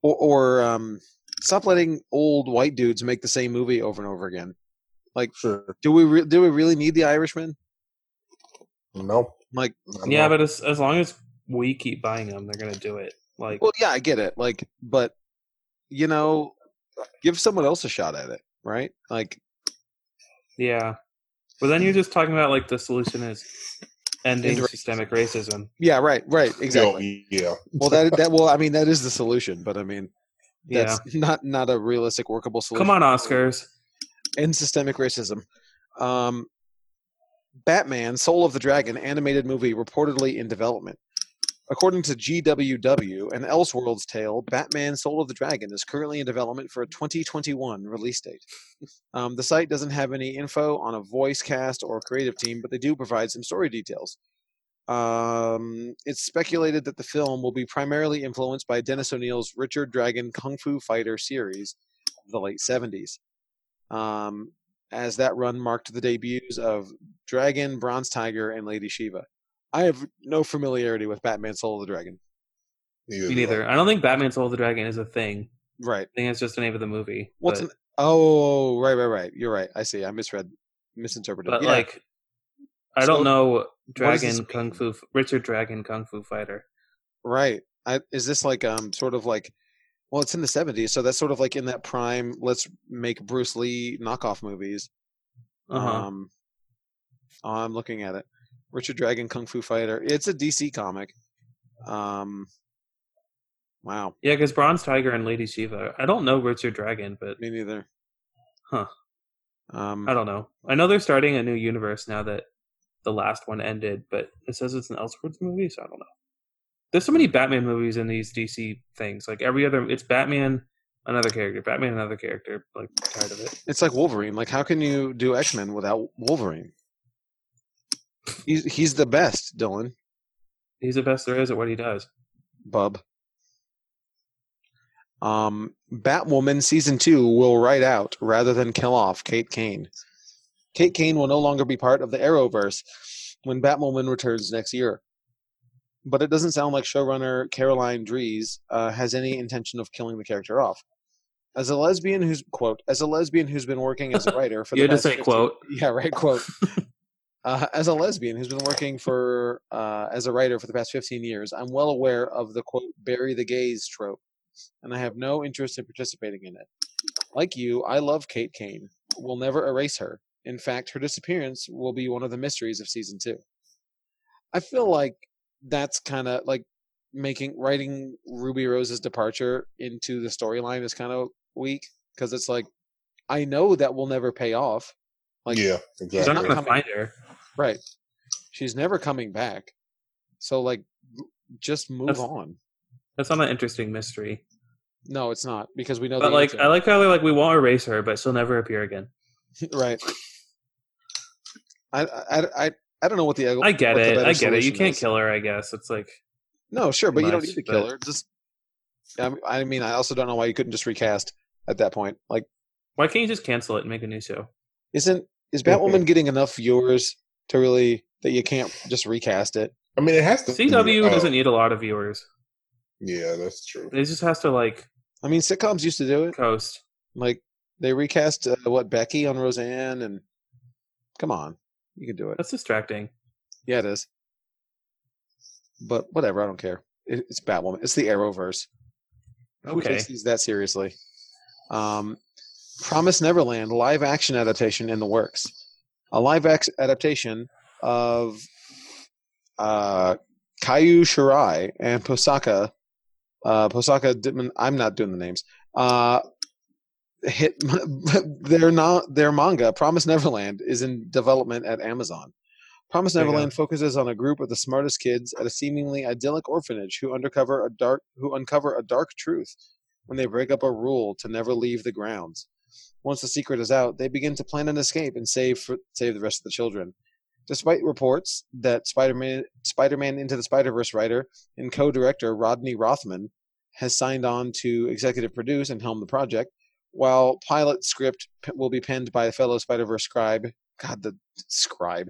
S1: or, or um, stop letting old white dudes make the same movie over and over again.
S2: Sure.
S1: Do we re- do we really need the Irishman?
S2: Nope.
S1: Like-
S2: I don't
S3: yeah,
S2: know.
S3: but as as long as we keep buying them, they're going to do it. Like
S1: Well, yeah, I get it. Like, but you know, give someone else a shot at it, right? Like,
S3: Yeah. But then you're just talking about like the solution is ending
S1: Indirect-
S3: systemic racism.
S1: yeah, right, right, exactly.
S2: Yo, yeah.
S1: Well, that that well, I mean, that is the solution, but I mean,
S3: Yeah.
S1: that's not not a realistic, workable solution.
S3: Come on, Oscars.
S1: end systemic racism. Um, Batman: Soul of the Dragon animated movie reportedly in development. According to GWW and Elseworlds Tale, Batman: Soul of the Dragon is currently in development for a 2021 release date. Um, the site doesn't have any info on a voice cast or creative team, but they do provide some story details. Um, it's speculated that the film will be primarily influenced by Dennis O'Neill's Richard Dragon Kung Fu Fighter series of the late 70s. Um, as that run marked the debuts of Dragon, Bronze Tiger, and Lady Shiva. I have no familiarity with Batman Soul of the Dragon.
S2: Neither
S3: Me
S2: do I.
S3: neither. I don't think Batman Soul of the Dragon is a thing.
S1: Right.
S3: I think it's just the name of the movie.
S1: What's
S3: but
S1: an, oh right, right, right. You're right. I see. I misread misinterpreted.
S3: but
S1: yeah.
S3: like I
S1: So,
S3: don't know
S1: does this
S3: Dragon Kung Fu Richard Dragon Kung Fu Fighter.
S1: right. I, is this like um sort of like well it's in the seventies, so that's sort of like in that prime let's make Bruce Lee knockoff movies.
S3: Uh-huh.
S1: Um I'm looking at it. Richard Dragon Kung Fu Fighter. It's a DC comic. Um Wow.
S3: Yeah, because Bronze Tiger and Lady Shiva. I don't know Richard Dragon, but
S1: Me neither.
S3: Huh.
S1: Um,
S3: I don't know. I know they're starting a new universe now that the last one ended, but it says it's an Elseworlds movie, so I don't know. There's so many Batman movies in these DC things. Like every other, it's Batman, another character, Batman, another character. Like tired of it.
S1: It's like Wolverine. Like, how can you do X Men without Wolverine? He's he's the best, Dylan
S3: He's the best there is at what he does.
S1: Bub. Um, Batwoman season two will write out rather than kill off Kate Kane. Kate Kane will no longer be part of the Arrowverse when Batwoman returns next year. But it doesn't sound like showrunner Caroline Drees uh, has any intention of killing the character off. As a lesbian who's quote as a lesbian who's been working as a writer for
S3: <laughs> You
S1: the
S3: had to
S1: past
S3: say
S1: 15
S3: quote.
S1: yeah right quote uh, as a lesbian who's been working for uh, as a writer for the past 15 years i'm well aware of the quote bury the gays trope and i have no interest in participating in it like you i love kate kane will never erase her in fact her disappearance will be one of the mysteries of season two i feel like that's kind of like making writing ruby rose's departure into the storyline is kind of weak because it's like i know that will never pay off like
S2: yeah,
S3: They're
S2: exactly.
S3: not
S1: Coming.
S3: gonna find her.
S1: Right. She's never coming back. So like just move
S3: That's-
S1: on.
S3: That's not an interesting mystery.
S1: No, it's not because we know.
S3: But
S1: the
S3: like,
S1: answer.
S3: I like how they're like, we won't erase her, but she'll never appear again.
S1: <laughs> right. I, I I I don't know what the
S3: I get
S1: what the
S3: it.
S1: better
S3: I get it. You
S1: solution
S3: can't
S1: is.
S3: kill her. I guess it's like
S1: No, sure, but you don't
S3: much,
S1: need to kill
S3: but-
S1: her. Just I mean- I mean, I also don't know why you couldn't just recast at that point. Like,
S3: Why can't you just cancel it and make a new show?
S1: isn't is Batwoman getting enough viewers to really that you can't just recast it?
S2: I mean, it has to.
S3: CW
S1: Oh.
S2: uh,
S3: doesn't need a lot of viewers.
S2: Yeah, that's true.
S3: It just has to like
S1: I mean, sitcoms used to do it.
S3: coast.
S1: Like they recast uh, what Becky on Roseanne, and come on, you can do it.
S3: That's distracting.
S1: Yeah, it is. But whatever, I don't care. It, it's Batwoman. It's the Arrowverse. Who
S3: Okay.
S1: takes these that seriously? Um, Promise Neverland live action adaptation in the works. A live action adaptation of uh, Caillou Shirai and Posaka. Uh, Posaka, Ditman- I'm not doing the names. Uh, hit <laughs> their not their manga. Promise Neverland is in development at Amazon. Promise
S3: There you go.
S1: Neverland focuses on a group of the smartest kids at a seemingly idyllic orphanage who undercover a dark who uncover a dark truth when they break up a rule to never leave the grounds. Once the secret is out, they begin to plan an escape and save for, save the rest of the children. Despite reports that Spider-Man Spider-Man Into the Spider-Verse writer and co-director Rodney Rothman has signed on to executive produce and helm the project, while pilot script p- will be penned by fellow Spider-Verse scribe, God, the scribe,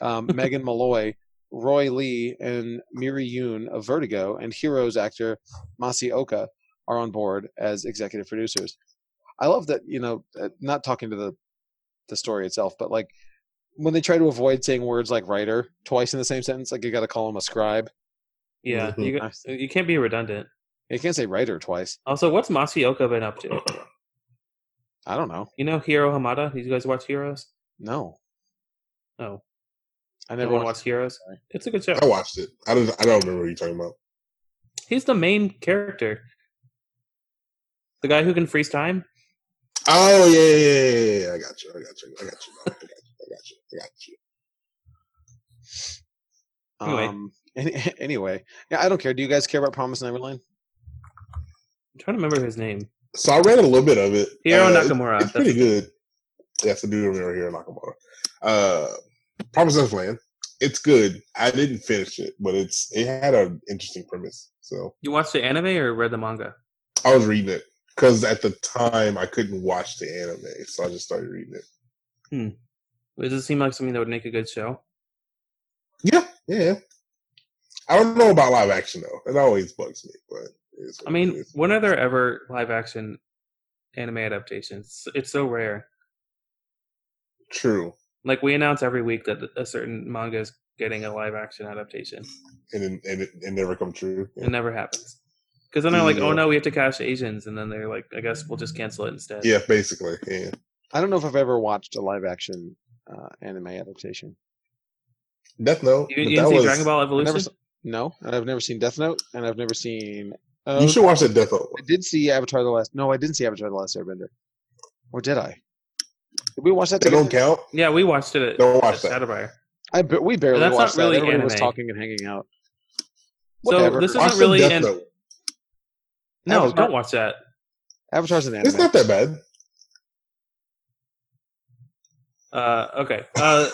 S1: um, Megan Malloy, Roy Lee, and Miri Yoon of Vertigo, and Heroes actor Masi Oka are on board as executive producers. I love that you know, uh, not talking to the the story itself, but like when they try to avoid saying words like writer twice in the same sentence, like you got to call him a scribe.
S3: Yeah,
S1: Mm-hmm.
S2: Mhm.
S3: you, got- you can't be redundant.
S1: You can't say writer twice.
S3: Also, what's Masioka been up to?
S1: I don't know.
S3: You know Hiro Hamada? You guys watch Heroes?
S1: No,
S3: Oh,
S1: I never
S3: everyone
S1: watched.
S3: watched Heroes.
S1: Sorry.
S3: It's a good show.
S2: I watched it. I don't. I don't remember what you're talking about.
S3: He's the main character. The guy who can freeze time.
S2: Oh yeah, yeah, yeah, yeah, yeah. I got you. I got you. I got you. I got you. I got you. I got you.
S3: <laughs> Anyway.
S1: Um, <laughs> any, anyway, yeah, I don't care. Do you guys care about Promise Neverland?
S3: I'm trying to remember his name.
S2: So I read a little bit of it.
S3: Hiro
S2: Uh, it-
S3: Nakamura.
S2: It's pretty good. That's the dude over here, Nakamura. Uh, Promise Neverland. It's good. I didn't finish it, but it's it had an interesting premise. So
S3: You watched the anime or read the manga?
S2: I was reading it because at the time I couldn't watch the anime, so I just started reading it.
S3: Does it seem like something that would make a good show?
S2: Yeah, yeah. I don't know about live action though. It always bugs me, but it's
S3: I mean, when are there ever live action anime adaptations? It's so rare.
S2: true,
S3: Like we announce every week that a certain manga is getting a live action adaptation.
S2: and it, and it, it never come true.
S3: It never happens. Because then they're like, "Oh
S2: Yeah.
S3: no, we have to cash Asians," and then they're like, "I guess we'll just cancel it instead."
S2: Yeah, basically. Yeah.
S1: I don't know if I've ever watched a live action uh, anime adaptation.
S2: Death Note.
S3: You,
S2: but
S3: you
S2: that
S3: didn't see
S2: was-
S3: Dragon Ball
S1: I
S3: Evolution?
S1: never, s- no, and I've never seen Death Note, and I've never seen. Uh,
S2: You should watch that Death Note.
S1: I did see Avatar: The Last. No, I didn't see Avatar: The Last Airbender. Or did I? Did we watch that
S2: They
S1: together?
S2: don't count.
S3: Yeah, we watched it. At,
S2: Don't watch
S3: at
S2: that.
S3: Shadowbriar.
S1: I ba- we barely
S3: That's not
S1: watched
S3: really
S1: that. Everyone was
S3: anime.
S1: talking and hanging out.
S3: So
S1: Whatever.
S3: this
S2: Watch
S3: isn't
S2: the
S3: really
S2: Death
S3: an.
S2: Note.
S3: No,
S1: Avatar-
S3: don't watch that.
S1: Avatar's an anime.
S2: It's not that bad.
S3: Uh, okay. Uh,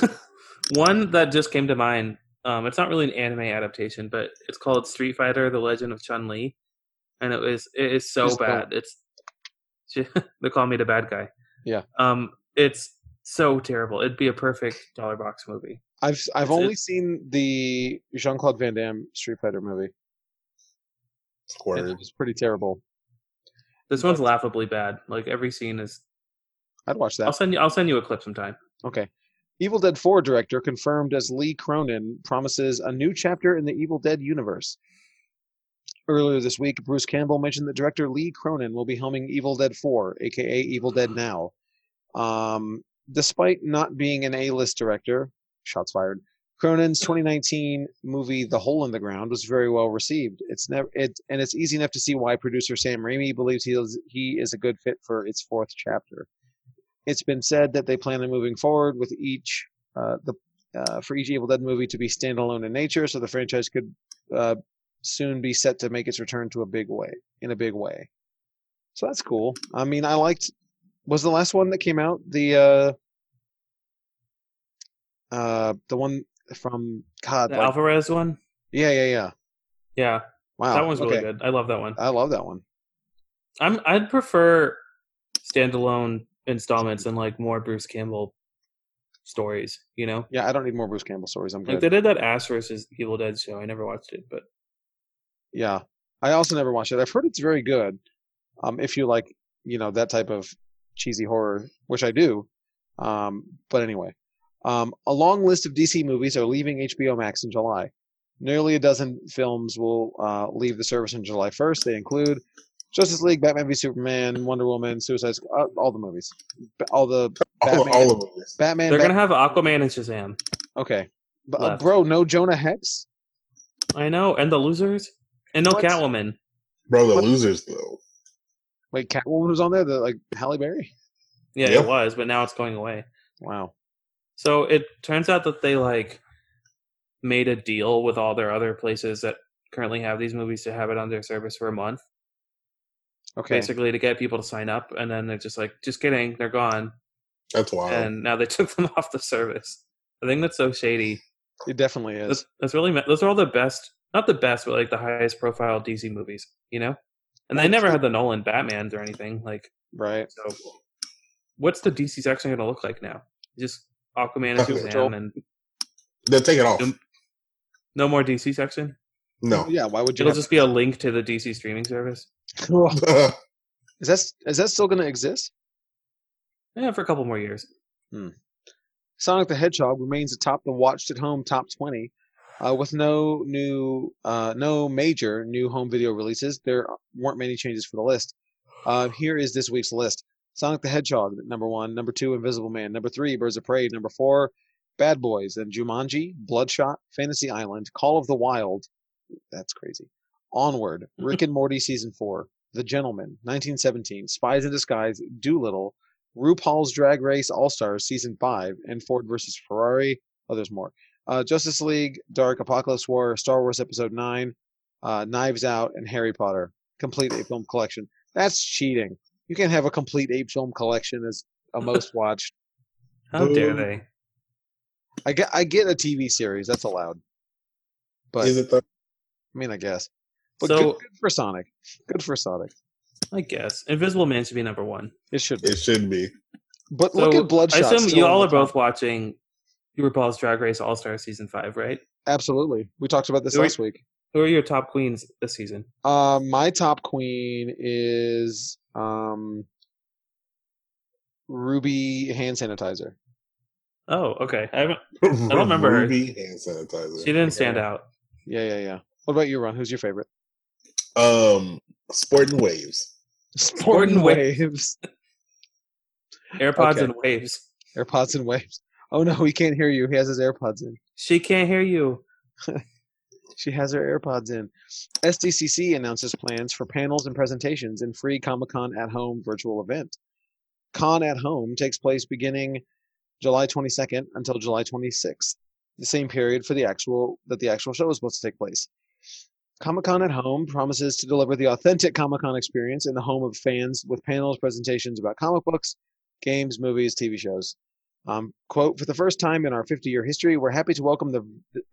S3: <laughs> one that just came to mind. Um, it's not really an anime adaptation, but it's called Street Fighter: The Legend of Chun Li, and it was it is so
S1: Just don't.
S3: bad. It's <laughs> they call me the bad guy.
S1: Yeah.
S3: Um, it's so terrible. It'd be a perfect dollar box movie.
S1: I've I've
S3: It's-
S1: only
S3: it-
S1: seen the Jean Claude Van Damme Street Fighter movie. and It
S2: Word.
S1: was pretty terrible.
S3: This one's laughably bad. Like every scene is.
S1: I'd watch that.
S3: I'll send you. I'll send you a clip sometime.
S1: Okay. Evil Dead 4 director confirmed as Lee Cronin promises a new chapter in the Evil Dead universe. Earlier this week, Bruce Campbell mentioned that director Lee Cronin will be helming Evil Dead 4, aka Evil Dead Now. Um, despite not being an A-list director, shots fired. Cronin's 2019 movie The Hole in the Ground was very well received. It's never it and it's easy enough to see why producer Sam Raimi believes he is, he is a good fit for its fourth chapter. It's been said that they plan on moving forward with each uh, the uh, for each Evil Dead movie to be standalone in nature, so the franchise could uh, soon be set to make its return to a big way in a big way. So that's cool. I mean, I liked. Was the last one that came out the uh uh the one from God?
S3: The
S1: like-
S3: Alvarez one.
S1: yeah, yeah, yeah.
S3: Yeah,
S1: Wow,
S3: that one's really
S1: Oh, okay. Uh,
S3: good. I love that one.
S1: I love that one.
S3: I'm I'd prefer standalone installments and like more Bruce Campbell stories. You know,
S1: Yeah, I don't need more Bruce Campbell stories. I'm
S3: like
S1: good.
S3: they did that Ash versus Evil Dead show. I never watched it, but
S1: yeah, I also never watched it. I've heard it's very good. Um, if you like, you know, that type of cheesy horror, which I do. Um, but anyway, um, a long list of DC movies are leaving HBO Max in July. Nearly a dozen films will uh, leave the service on July 1st. They include Justice League, Batman v Superman, Wonder Woman, Suicide Squad, uh, all the movies, Ba- all the
S2: All,
S1: Batman.
S2: all of them.
S1: Batman.
S3: they're
S1: Bat-
S3: gonna have Aquaman and Shazam.
S1: okay, but, uh,
S3: Left.
S1: bro, no Jonah Hex.
S3: I know, and the losers, and no
S1: What?
S3: Catwoman.
S2: Bro, the
S1: What-
S2: losers though.
S1: Wait, Catwoman was on there. The like Halle Berry.
S3: Yeah,
S2: Yeah.
S3: it was, but now it's going away.
S1: Wow.
S3: So it turns out that they like made a deal with all their other places that currently have these movies to have it on their service for a month,
S1: Okay.
S3: basically to get people to sign up, and then they're just like, just kidding, they're gone,
S2: That's wild.
S3: and now they <laughs> took them off the service. I think that's so shady.
S1: It definitely is.
S3: That's, that's really ma- those are all the best, not the best, but like the highest profile DC movies, you know. And they
S1: Well,
S3: never
S1: it's-
S3: had the Nolan Batmans or anything like.
S1: Right.
S3: So, what's the DC section going to look like now? Just Aquaman and
S2: Nothing.
S3: Shazam, and
S2: They'll take it off.
S3: Nope. no more DC section.
S2: No.
S1: Oh, Yeah. Why would you?
S3: It'll
S1: Have,
S3: just be a link to the DC streaming service.
S2: <laughs>
S1: is that is that still going to exist?
S3: Yeah, for a couple more years.
S1: Sonic the Hedgehog remains atop the watched at home top twenty, uh, with no new, uh, no major new home video releases. There weren't many changes for the list. Uh, here is this week's list: Sonic the Hedgehog at number one, number two, Invisible Man, number three, Birds of Prey, number four, Bad Boys, then Jumanji, Bloodshot, Fantasy Island, Call of the Wild. That's crazy. Onward, Rick and Morty season four, The Gentleman, 1917, Spies in Disguise, Doolittle, RuPaul's Drag Race All Stars season five, and Ford versus Ferrari. Oh, there's more. Uh, Justice League, Dark Apocalypse War, Star Wars Episode Nine, uh, Knives Out, and Harry Potter. Complete a film collection. That's cheating. You can't have a complete ape film collection as a most watched.
S3: How dare
S2: Boom.
S3: they?
S1: I get, I get a TV series. That's allowed. But
S2: Is it though?
S1: I mean, I guess. But
S3: So-
S1: good, good for Sonic. Good for Sonic.
S3: I guess Invisible Man should be number one.
S1: It should. Be.
S2: It should be. <laughs>
S1: But look
S3: So,
S1: at Bloodshot.
S3: I assume
S1: still
S3: you
S1: on
S3: all
S1: the
S3: are
S1: top.
S3: both watching RuPaul's Drag Race All Star Season Five, right?
S1: Absolutely. We talked about this
S3: Who are-
S1: last week.
S3: Who are your top queens this season?
S1: Uh, my top queen is um, Ruby hand sanitizer.
S3: Oh, okay. I haven't.
S2: I
S3: don't remember her.
S2: Ruby hand sanitizer.
S3: She didn't stand out.
S1: Yeah, yeah, yeah. What about you, Ron? Who's your favorite? <laughs>
S2: Um, sporting waves.
S1: Sporting
S3: and waves.
S1: waves, <laughs>
S3: AirPods
S1: Okay.
S3: and waves.
S1: AirPods and waves. Oh no, he can't hear you. He has his AirPods in.
S3: She can't hear you.
S1: She has her AirPods in. SDCC announces plans for panels and presentations in free Comic Con at Home virtual event. Con at Home takes place beginning July 22nd until July 26th, the same period for the actual that the actual show is supposed to take place. Comic Con at Home promises to deliver the authentic Comic Con experience in the home of fans with panels, presentations about comic books, games, movies, TV shows. Um, quote: For the first time in our 50-year history, we're happy to welcome the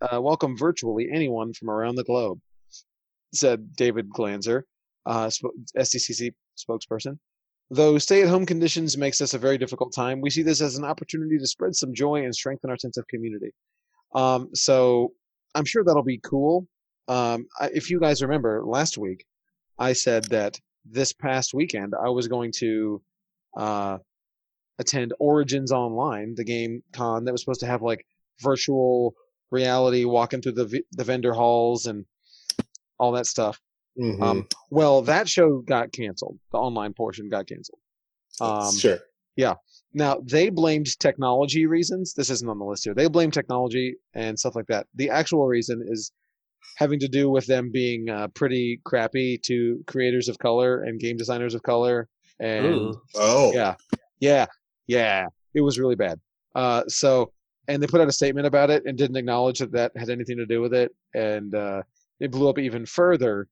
S1: uh, welcome virtually anyone from around the globe," said David Glanzer, uh, sp- SDCC spokesperson. Though stay-at-home conditions makes this a very difficult time, we see this as an opportunity to spread some joy and strengthen our sense of community. Um, so I'm sure that'll be cool. Um, I, if you guys remember last week, I said that this past weekend I was going to uh, attend Origins Online, the game con that was supposed to have like virtual reality, walking through the v- the vendor halls and all that stuff.
S2: Mhm.
S1: Um, well, that show got canceled. The online portion got canceled. Um,
S2: sure.
S1: now they blamed technology reasons. This isn't on the list here. They blame technology and stuff like that. The actual reason is having to do with them being uh, pretty crappy to creators of color and game designers of color. And
S3: Ooh.
S2: Oh,
S1: yeah, yeah, yeah. It was really bad. Uh, so, and they put out a statement about it and didn't acknowledge that that had anything to do with it. And uh, It blew up even further,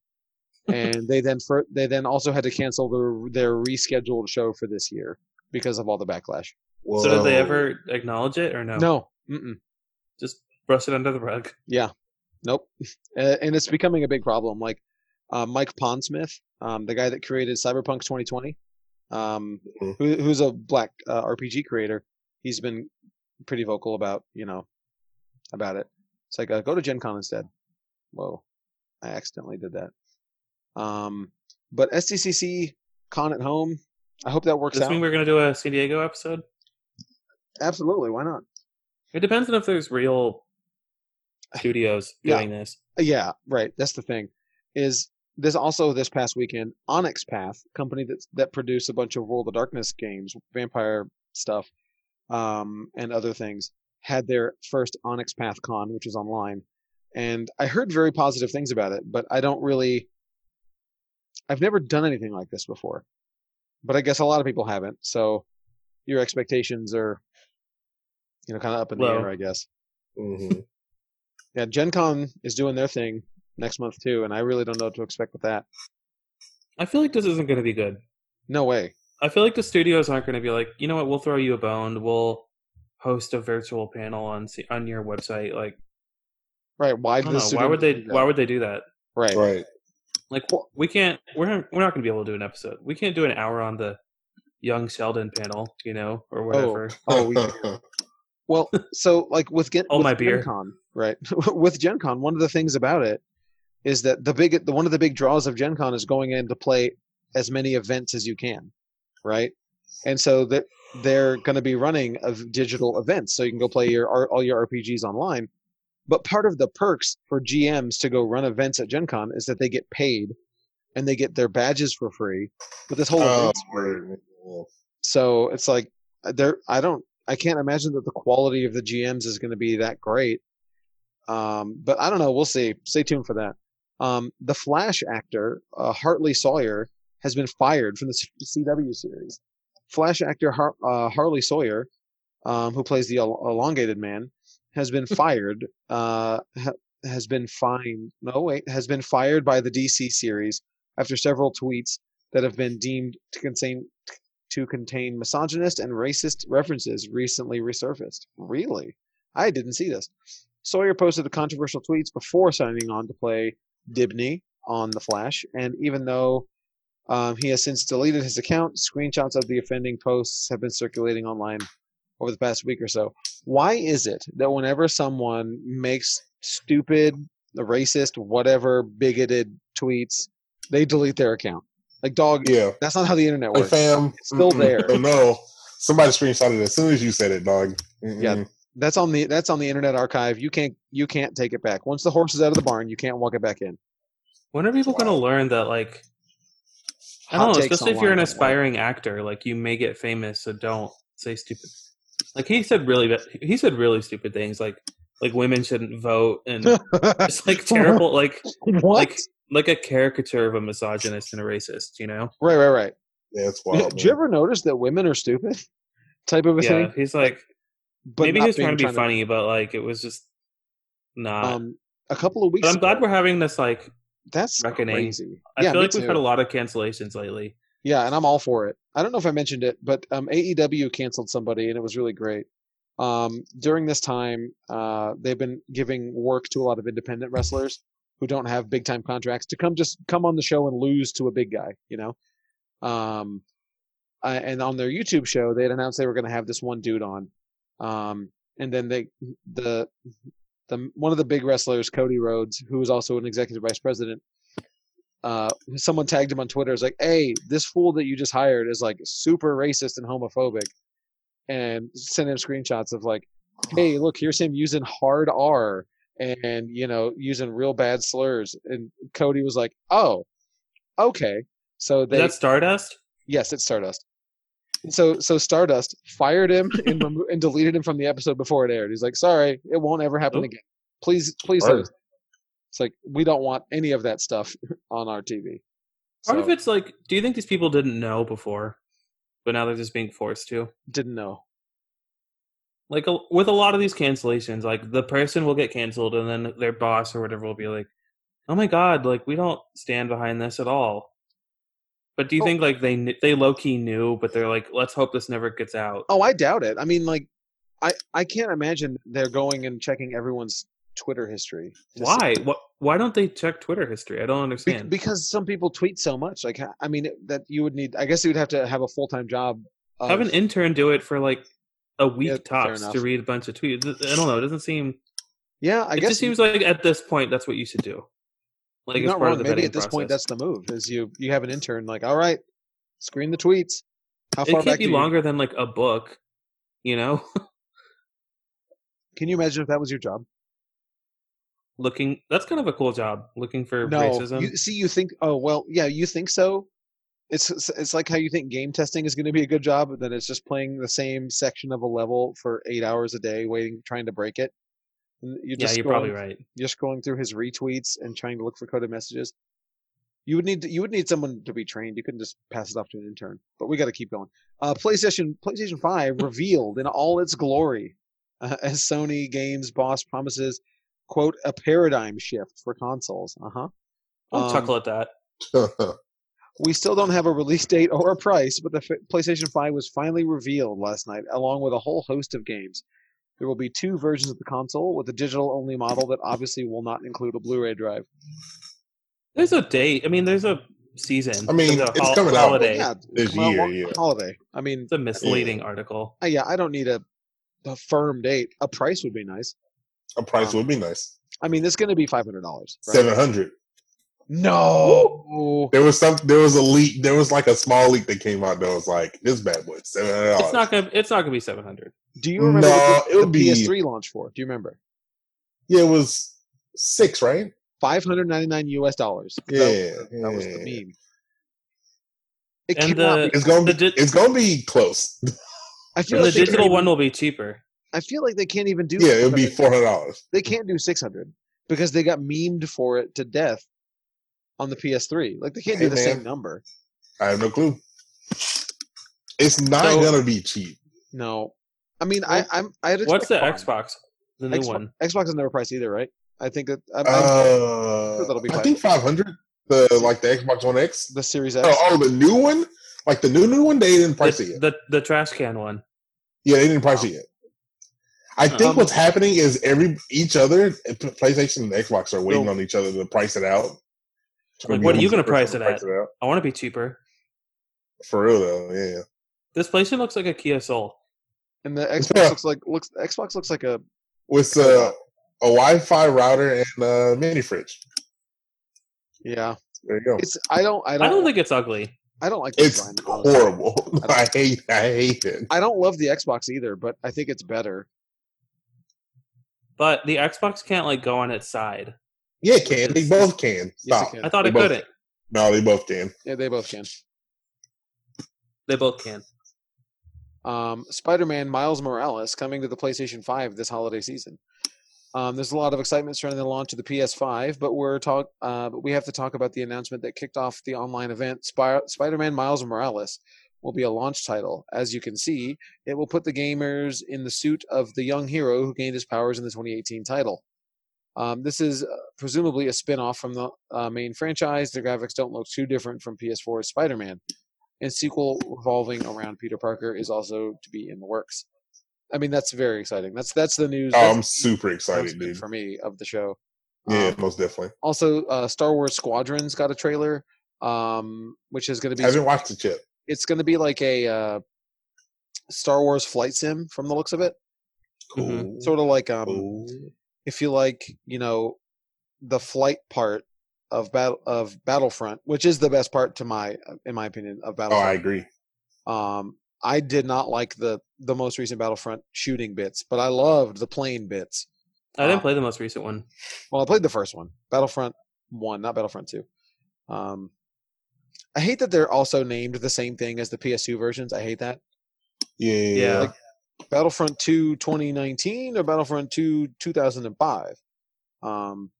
S1: and they then fur- they then also had to cancel their their rescheduled show for this year because of all the backlash.
S2: Whoa.
S3: So did they ever acknowledge it or no?
S1: No, Mm-mm.
S3: Just brush it under the rug.
S1: Yeah. Nope. Uh, and it's becoming a big problem. Like uh, Mike Pondsmith, um, the guy that created Cyberpunk 2020, um,
S2: Mhm.
S1: who, who's a black uh, RPG creator, he's been pretty vocal about, you know, about it. It's like, uh, go to Gen Con instead. Whoa. I accidentally did that. Um, but SDCC Con at home. I hope that works
S3: Does this
S1: out.
S3: mean we're gonna do a San Diego episode?
S1: Absolutely. Why not?
S3: It depends on if there's real studios
S1: Yeah.
S3: doing this.
S1: Yeah, right. That's the thing. Is this also this past weekend? Onyx Path, company that that produced a bunch of World of Darkness games, vampire stuff, um, and other things, had their first Onyx Path Con, which was online, and I heard very positive things about it. But I don't really, I've never done anything like this before, but I guess a lot of people haven't. So your expectations are, you know, kind of up in the
S3: Low.
S1: air, I guess
S2: Mhm.
S3: <laughs>
S1: yeah, Gen Con is doing their thing next month too, and I really don't know what to expect with that.
S3: I feel like this isn't gonna be good.
S1: No way.
S3: I feel like the studios aren't gonna be like, you know what, we'll throw you a bone, we'll host a virtual panel on C- on your website. Like
S1: Right. Why
S3: I
S1: did
S3: don't
S1: the
S3: know, why
S1: studio
S3: would they
S1: do that?
S3: why would they do that?
S1: right.
S2: Right.
S3: Like
S1: Well-
S3: we can't we're we're not gonna be able to do an episode. We can't do an hour on the young Sheldon panel, you know, or whatever.
S1: Oh,
S2: <laughs>
S1: we, well, so like with Gen,
S3: Oh,
S1: with
S3: my
S1: Gen
S3: beer.
S1: Con, right? <laughs> with Gen Con, one of the things about it is that the big the, one of the big draws of Gen Con is going in to play as many events as you can, right? And so that they're going to be running of digital events, so you can go play your R- all your RPGs online. But part of the perks for GMs to go run events at Gen Con is that they get paid and they get their badges for free. But this whole
S2: Oh,
S1: event's free.
S2: word. Yeah.
S1: So it's like uh, there. I don't. I can't imagine that the quality of the GMs is going to be that great. Um, but I don't know. We'll see. Stay tuned for that. Um, the Flash actor uh, Hartley Sawyer has been fired from the CW series. Flash actor Har- uh, Harley Sawyer, um, who plays the el- elongated man, has been fired. Uh, ha- has been fined. No wait, has been fired by the DC series after several tweets that have been deemed to contain to contain misogynist and racist references recently resurfaced. Really? I didn't see this. Sawyer posted the controversial tweets before signing on to play Dibney on The Flash, and even though um, he has since deleted his account, screenshots of the offending posts have been circulating online over the past week or so. Why is it that whenever someone makes stupid, racist, whatever, bigoted tweets, they delete their account? Like, dog,
S2: Yeah.
S1: that's not how the internet
S2: Hey,
S1: works.
S2: fam.
S1: It's still
S2: Mm-mm.
S1: there.
S2: Oh, no. Somebody screenshotted it as soon as you said it, dog.
S1: Yeah. that's on the that's on the internet archive you can't you can't take it back once the horse is out of the barn you can't walk it back in
S3: When are people gonna learn that like I
S1: Hot
S3: don't know,
S1: takes
S3: especially if you're an
S1: online.
S3: aspiring actor, like you may get famous, so don't say stupid. Like he said, really, ba- he said really stupid things, like like women shouldn't vote, and
S1: <laughs>
S3: it's like terrible, like
S1: what
S3: like like a caricature of a misogynist and a racist, you know?
S1: right right right
S2: Yeah, it's wild.
S1: did you
S2: man.
S1: ever notice that women are stupid <laughs> type of a
S3: Yeah,
S1: thing
S3: he's like
S1: but
S3: maybe
S1: not
S3: he was trying
S1: being
S3: to be funny, but like it was just not.
S1: um a couple of weeks
S3: but I'm glad
S1: ago,
S3: we're having this. Like
S1: that's
S3: reckoning.
S1: crazy
S3: I
S1: yeah
S3: feel
S1: me
S3: like we've
S1: too.
S3: had a lot of cancellations lately.
S1: Yeah, and I'm all for it. I don't know if I mentioned it, but um, AEW canceled somebody, and it was really great. Um, during this time, uh, they've been giving work to a lot of independent wrestlers who don't have big time contracts to come just come on the show and lose to a big guy, you know. Um, I, and on their YouTube show, they had announced they were going to have this one dude on, um, and then they the the one of the big wrestlers, Cody Rhodes, who is also an executive vice president, uh, someone tagged him on Twitter. Is like, hey, this fool that you just hired is like super racist and homophobic, and sent him screenshots of like, hey, look, here's him using hard R and you know using real bad slurs. And Cody was like, oh, okay. So
S3: Is
S1: they
S3: that Stardust?
S1: Yes, it's Stardust. And So so Stardust fired him and, remo- and deleted him from the episode before it aired. He's like, "Sorry, it won't ever happen
S3: Oh.
S1: again. Please, please."
S2: Word.
S1: let us-" It's like we don't want any of that stuff <laughs> on our TV.
S3: Part
S1: So,
S3: of it's like, do you think these people didn't know before, but now they're just being forced to?
S1: didn't know.
S3: like a, with a lot of these cancellations like the person will get canceled and then their boss or whatever will be like oh my god, like we don't stand behind this at all. But do you
S1: Oh.
S3: think like they kn- they low key knew, but they're like, let's hope this never gets out.
S1: Oh, I doubt it. I mean, like, I I can't imagine they're going and checking everyone's Twitter history. to see-
S3: why? What? Why don't they check Twitter history? I don't
S1: Be-
S3: understand.
S1: because some people tweet so much. Like, ha- I mean, it- that you would need. I guess you would have to have a full time job. Of,
S3: Have an intern do it for like a week
S1: Yeah, fair
S3: tops to
S1: enough.
S3: read a bunch of tweets. I don't know. It doesn't seem.
S1: yeah, I
S3: it
S1: guess
S3: just seems like at this point that's what you should do. Like
S1: you're
S3: it's
S1: not
S3: part
S1: wrong.
S3: of the
S1: Maybe
S3: vetting
S1: at this point,
S3: process.
S1: that's the move. Is you you have an intern like, all right, screen the tweets. How far back
S3: it can't be
S1: do you-
S3: longer than like a book. You know,
S1: Can you imagine if that was your job?
S3: looking that's kind of a cool job. Looking for
S1: No.
S3: racism.
S1: You, see, you think, oh well, yeah, you think so. It's it's- it's like how you think game testing is going to be a good job, but then it's just playing the same section of a level for eight hours a day, waiting, trying to break it. And You're
S3: yeah,
S1: just
S3: you're
S1: scrolling-
S3: probably right.
S1: You're scrolling through his retweets and trying to look for coded messages. You would need to, you would need someone to be trained. You couldn't just pass it off to an intern. But we got to keep going. Uh, PlayStation PlayStation Five revealed in all its glory, uh, as Sony Games boss promises, quote, a paradigm shift for consoles. Uh huh.
S3: Don't
S1: Um,
S3: chuckle at that.
S2: <laughs>
S1: We still don't have a release date or a price, but the F- PlayStation 5 was finally revealed last night, along with a whole host of games. There will be two versions of the console, with a digital only model that obviously will not include a Blu ray drive.
S3: There's a date. I mean, there's a season.
S2: I mean,
S3: There's a
S2: it's coming out.
S1: Well,
S3: holiday.
S1: yeah,
S2: This
S1: well,
S2: year,
S1: one-
S2: yeah.
S1: holiday. I mean,
S3: It's a misleading article.
S1: uh, yeah, I don't need a, a firm date. A price would be nice.
S2: A price would be nice.
S1: I mean, it's going to be $500. Um, Right?
S2: Seven hundred.
S1: No!
S2: There was some. There was a leak. There was like a small leak that came out that was like this bad boy seven hundred
S3: It's not
S2: dollars.
S3: gonna. It's not gonna be seven hundred.
S1: Do you remember
S2: No,
S1: what
S2: it
S1: the,
S2: would
S1: the
S2: be-
S1: PS3 launch for? Do you remember?
S2: Yeah, it was six, right?
S1: 599 US dollars.
S2: Yeah,
S1: That was the
S2: yeah.
S1: meme. It
S3: And
S1: cannot
S3: the-
S1: be-
S2: It's gonna be.
S3: The di-
S2: it's gonna be close.
S1: I feel
S3: And the
S1: like they can't
S3: digital
S1: even-
S3: one will be cheaper.
S1: I feel like they can't even do.
S2: Yeah, it'll be
S1: 600.
S2: four hundred dollars.
S1: They can't do six hundred because they got memed for it to death on the PS3. Like they can't do
S2: Hey,
S1: the
S2: man.
S1: same number.
S2: I have no clue. It's not
S3: So-
S2: gonna be cheap.
S1: No, I mean I I'm I had
S3: What's the
S1: expect-
S3: Xbox? The new
S1: Xbox-
S3: one.
S1: Xbox is never priced either, right? I think that I'm, I'm-
S2: Uh,
S1: that'll be
S2: I think five hundred. The like the Xbox One X.
S1: the Series X.
S2: Oh, oh, the new one. Like the new new one, they didn't price it yet.
S3: The, the the trash can one.
S2: Yeah, they didn't price it yet. I think
S1: Um,
S2: what's happening is every each other eh, PlayStation and Xbox are waiting
S1: No.
S2: on each other to price it out.
S3: Like, what are you gonna
S2: Everyone's
S3: price it
S2: first to out.
S3: I want to be cheaper.
S2: For real though, yeah.
S3: This PlayStation looks like a Kia Soul.
S1: and
S2: <laughs>
S1: the Xbox
S2: Yeah.
S1: looks like looks Xbox looks like a
S2: With uh, a Wi-Fi router and a mini fridge.
S1: yeah.
S2: There you go. <laughs>
S1: It's I don't I
S3: I
S1: don't
S3: don't, think it's ugly.
S1: I don't like the
S2: Oh. It's
S1: design, honestly.
S2: horrible.
S1: I
S2: <laughs> I hate. I hate it.
S1: I don't love the Xbox either, but I think it's better.
S3: But the Xbox can't like go on its side.
S2: Yeah, it can they both can
S1: Yes,
S2: stop?
S1: it
S3: I
S1: can.
S3: thought
S2: They
S3: it
S2: both-
S3: couldn't.
S2: No, they both can.
S1: Yeah, they both can.
S3: They both can.
S1: um, Spider-Man Miles Morales coming to the PlayStation 5 this holiday season. Um, there's a lot of excitement surrounding the launch of the PS5, but we're talk, uh, but we have to talk about the announcement that kicked off the online event. Spy- Spider-Man Miles Morales will be a launch title. As you can see, it will put the gamers in the suit of the young hero who gained his powers in the 2018 title. Um, this is uh, presumably a spin-off from the uh, main franchise. The graphics don't look too different from PS4's Spider-Man and sequel revolving around Peter Parker is also to be in the works. I mean, that's very exciting. That's that's the news.
S2: Oh,
S1: that's
S2: I'm super
S1: the
S2: excited,
S1: announcement
S2: dude.
S1: for me of the show.
S2: Yeah,
S1: Um,
S2: most definitely.
S1: also, uh, Star Wars Squadrons got a trailer, um, which is going to
S2: I
S1: be
S2: haven't watched it yet.
S1: it's going to be like a uh, Star Wars flight sim from the looks of it.
S2: Cool.
S3: Mhm.
S1: Sort of like um,
S2: cool.
S1: if you like, you know, the flight part of battle of Battlefront, which is the best part to my uh, in my opinion of
S2: Oh,
S1: Battlefront.
S2: I agree.
S1: Um, I did not like the the most recent Battlefront shooting bits, but I loved the plane bits.
S3: I didn't
S1: Wow.
S3: play the most recent one.
S1: Well, I played the first one, Battlefront One, not Battlefront Two. Um, I hate that they're also named the same thing as the PS2 versions. I hate that.
S2: Yeah, yeah,
S3: Yeah.
S2: yeah.
S1: Like- Battlefront 2 2019 or Battlefront 2 2005. Um,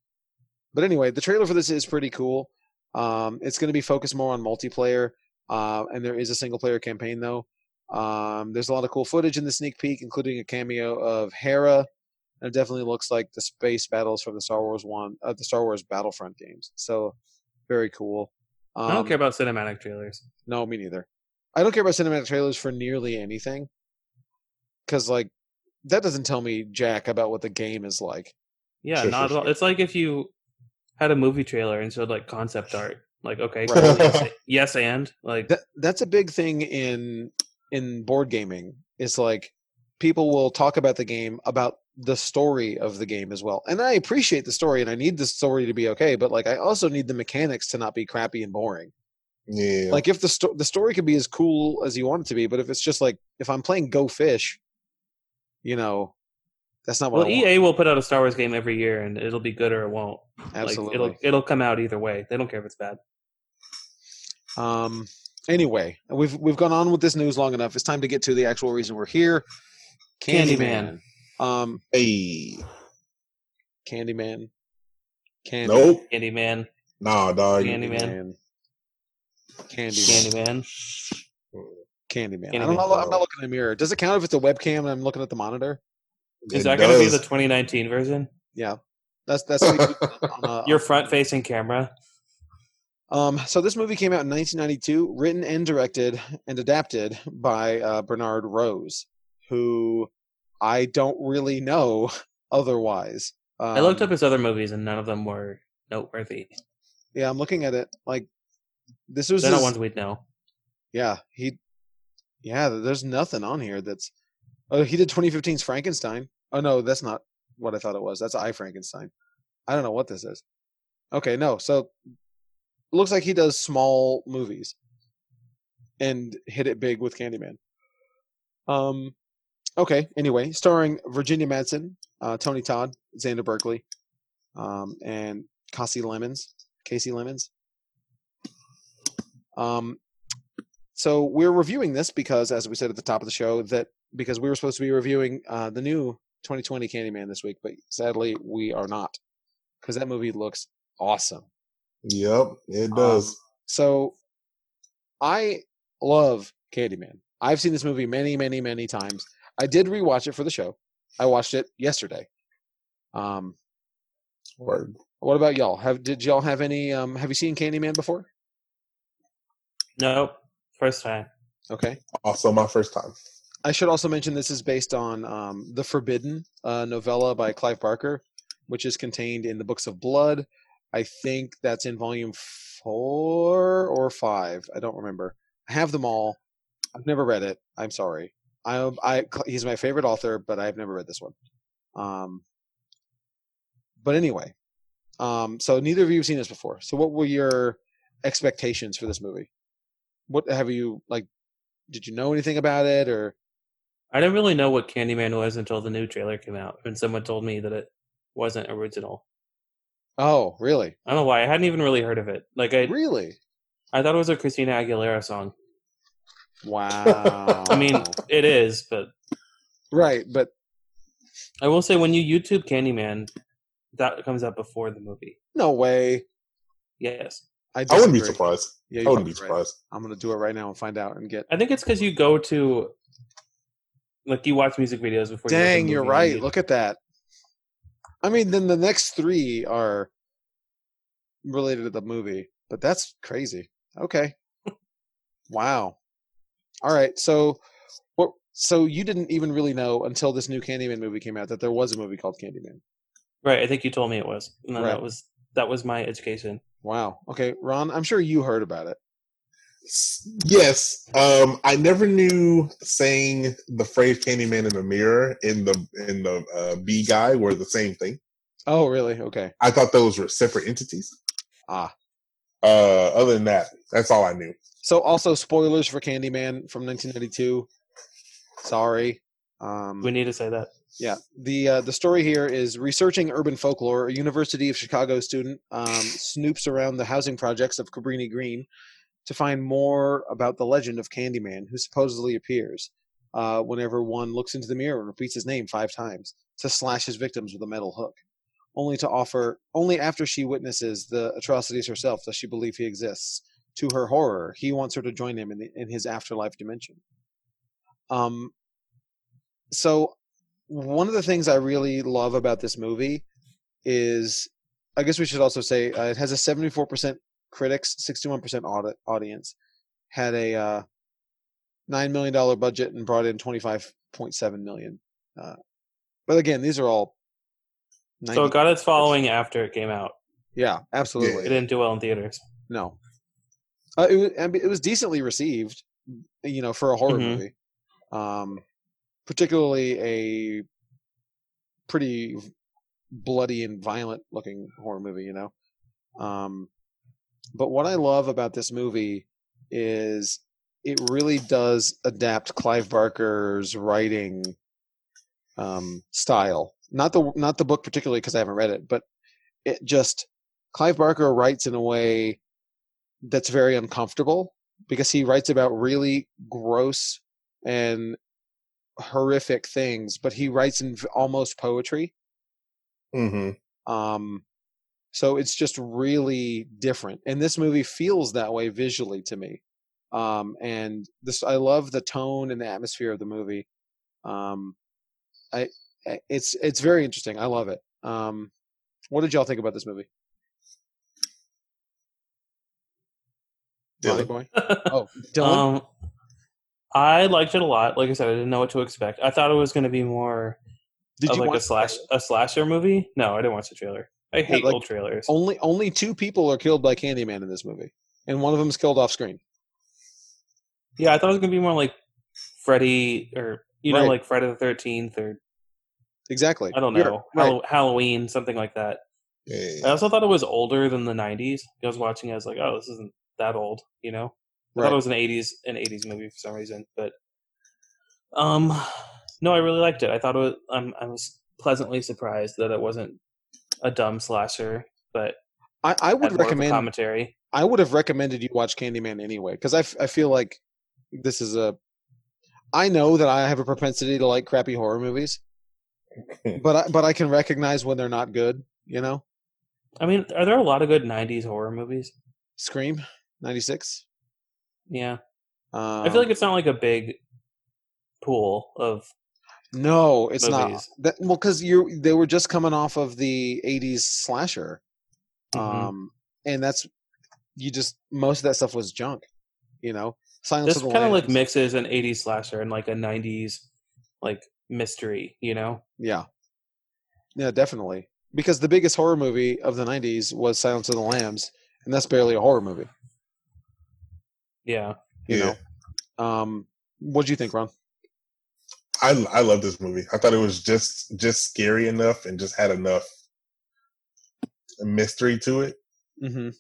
S1: but anyway, the trailer for this is pretty cool. Um, it's going to be focused more on multiplayer, uh, and there is a single player campaign though. Um, there's a lot of cool footage in the sneak peek, including a cameo of Hera, It definitely looks like the space battles from the Star Wars one, uh, the Star Wars Battlefront games. So very cool. Um,
S3: I don't care about cinematic trailers.
S1: No, me neither. I don't care about cinematic trailers for nearly anything, because like that doesn't tell me jack about what the game is like.
S3: Yeah,
S2: Sure,
S3: not at
S2: sure,
S3: all.
S2: sure.
S3: It's like if you had a movie trailer and showed like concept art. Like, okay,
S1: Right.
S3: cool, yes, yes, and like,
S1: That that's a big thing in in board gaming. Is like people will talk about the game about the story of the game as well, and I appreciate the story and I need the story to be okay, but like I also need the mechanics to not be crappy and boring.
S2: Yeah.
S1: Like if the sto- the story could be as cool as you want it to be, but if it's just like if I'm playing Go Fish, you know, that's not what
S3: well,
S1: I want.
S3: EA will put out a Star Wars game every year, and it'll be good or it won't.
S1: Absolutely.
S3: Like, it'll it'll come out either way. They don't care if it's bad.
S1: Um, anyway, we've we've gone on with this news long enough. It's time to get to the actual reason we're here.
S3: Candyman.
S1: Um,
S2: hey.
S1: Candyman. Candy.
S2: Nope.
S3: Candyman,
S2: Nah, dog.
S3: Candyman.
S1: Candyman. Candyman.
S3: Candyman.
S1: I
S3: Candyman.
S1: don't know. I'm not looking in the mirror. Does it count if it's a webcam and I'm looking at the monitor?
S3: Is
S2: It
S3: that going to be
S2: does.
S3: the 2019 version?
S1: That's that's what you do
S2: <laughs>
S1: on
S3: <laughs>
S1: a,
S3: Your front-facing camera.
S1: uh, <laughs> Um, so this movie came out in 1992, written and directed and adapted by uh, Bernard Rose, who I don't really know <laughs> otherwise. Um,
S3: I looked up his other movies, and none of them were noteworthy.
S1: Yeah, I'm looking at it. Like this was
S3: They're not
S1: his-
S3: ones we'd know.
S1: yeah he yeah. There's nothing on here that's. Oh, he did 2015's Frankenstein. Oh no, that's not what I thought it was. That's I Frankenstein. I don't know what this is. Okay, no. So looks like he does small movies and hit it big with Candyman. Um, okay. Anyway, starring Virginia Madsen, uh, Tony Todd, Xander Berkeley, um, and Cassie Lemons, Casey Lemons. Um, so we're reviewing this because, as we said at the top of the show, that because we were supposed to be reviewing uh, the new 2020 Candyman this week, but sadly we are not because that movie looks awesome.
S2: Yep,
S1: Uh,
S2: it does.
S1: So I love Candyman. I've seen this movie many, many, many times. I did rewatch it for the show. I watched it yesterday. Um,
S2: Word.
S1: what about y'all? Have did y'all have any? Um, have you seen Candyman before?
S3: Nope. First time.
S1: Okay.
S2: Also, my first time.
S1: I should also mention this is based on um, the Forbidden uh, novella by Clive Barker, which is contained in the Books of Blood. I think that's in volume four or five. I don't remember. I have them all. I've never read it. I'm sorry. I, I he's my favorite author, but I've never read this one. Um, but anyway, um, so neither of you have seen this before. So what were your expectations for this movie? What have you like? Did you know anything about it, or
S3: I didn't really know what Candyman was until the new trailer came out, and someone told me that it wasn't original.
S1: Oh, really?
S3: I don't know why. I hadn't even really heard of it. Like I,
S1: Really?
S3: I thought it was a Christina Aguilera song.
S1: Wow. <laughs>
S3: I mean, it is, but
S1: right, but
S3: I will say when you YouTube Candyman, that comes up before the movie.
S1: no way.
S3: Yes,
S1: I,
S2: I wouldn't be
S1: disagree.
S2: surprised.
S1: Yeah,
S2: I
S1: you're
S2: wouldn't be
S1: probably right.
S2: surprised.
S1: I'm going to do it right now and find out and get.
S3: I think it's because you go to, like, you watch music videos before. you watch a
S1: Dang,
S3: movie
S1: you're
S3: and
S1: right.
S3: you-
S1: Look at that. I mean, then the next three are related to the movie, but that's crazy. Okay. wow. All right. So, what? So you didn't even really know until this new Candyman movie came out that there was a movie called Candyman.
S3: right. I think you told me it was, and then
S1: Right.
S3: that was that was my education.
S1: Wow. Okay, Ron. I'm sure you heard about it.
S2: S- Yes, um, I never knew saying the phrase "Candyman in the mirror" in the in the uh, B guy were the same thing.
S1: Oh, really? Okay.
S2: I thought those were separate entities.
S1: Ah.
S2: Uh, other than that, that's all I knew.
S1: So also spoilers for Candyman from 1992. Sorry. Um,
S3: We need to say that.
S1: yeah, the uh, the story here is researching urban folklore. A University of Chicago student um, snoops around the housing projects of Cabrini Green to find more about the legend of Candyman, who supposedly appears uh, whenever one looks into the mirror and repeats his name five times to slash his victims with a metal hook. Only to offer only after she witnesses the atrocities herself does she believe he exists. To her horror, he wants her to join him in the, in his afterlife dimension. Um, so one of the things I really love about this movie is, I guess we should also say uh, it has a seventy-four percent critics, sixty-one percent audit audience. Had a uh, nine million dollar budget and brought in twenty-five point seven million. Uh, but again, these are all. 90
S3: So it got its following after it came out.
S1: Yeah,
S3: It
S1: absolutely.
S3: didn't do well in theaters.
S1: No, uh, it was, I mean, it was decently received, you know, for a horror
S3: Mhm.
S1: movie, um, particularly a pretty v- bloody and violent looking horror movie, you know. Um, but what I love about this movie is it really does adapt Clive Barker's writing um, style. Not the not the book particularly because I haven't read it, but it just Clive Barker writes in a way that's very uncomfortable because he writes about really gross and horrific things, but he writes in v- almost poetry.
S2: Mm-hmm.
S1: Um, so it's just really different, and this movie feels that way visually to me. Um, and this, I love the tone and the atmosphere of the movie. Um, I, I- it's it's very interesting. I love it. Um, what did y'all think about this movie, Molly Boy? Oh, Dylan.
S3: Um, I liked it a lot. Like I said, I didn't know what to expect. I thought it was going to be more
S1: did
S3: of
S1: you
S3: like a
S1: watch
S3: slash a slasher movie. No, I didn't watch the trailer. I hate
S1: like-
S3: old trailers.
S1: Only only two people are killed by Candyman in this movie, and one of them is killed off screen.
S3: Yeah, I thought it was going to be more like Freddy or you know
S1: Right.
S3: like Friday the Thirteenth or
S1: Exactly.
S3: I don't
S1: You're-
S3: know
S1: right.
S3: Hall- Halloween something like that. I
S2: Yeah.
S3: also thought it was older than the '90s. I was watching, it, I was like, oh, this isn't that old, you know. I
S1: Right.
S3: thought it was an '80s an '80s movie for some reason, but um, <sighs> no, I really liked it. I thought it was. I'm, I was pleasantly surprised that it wasn't a dumb slasher, but
S1: I, I
S3: had
S1: would
S3: more of a
S1: recommend.
S3: commentary.
S1: I would have recommended you watch Candyman anyway, because I, f- I feel like this is a. I know that I have a propensity to like crappy horror
S3: <laughs>
S1: movies, but I, but I can recognize when they're not good. You know,
S3: I mean, are there a lot of good '90s horror movies?
S1: Scream '96.
S3: Yeah,
S1: Um,
S3: I feel like it's not like a big pool of
S1: no, it's not.
S3: movies.
S1: That, well, because you they were just coming off of the '80s slasher,
S3: Mhm.
S1: um, and that's you just most of that stuff was junk. You know, Silence
S3: this
S1: of the
S3: kind of like
S1: Lambs.
S3: mixes an '80s slasher and like a '90s like mystery, you know.
S1: Yeah. Yeah, definitely. Because the biggest horror movie of the 90s was Silence of the Lambs, and that's barely a horror movie,
S3: Yeah,
S1: you
S2: Yeah.
S1: know. Um what do you think, Ron?
S2: I I love this movie. I thought it was just just scary enough and just had enough mystery to it
S1: Mhm.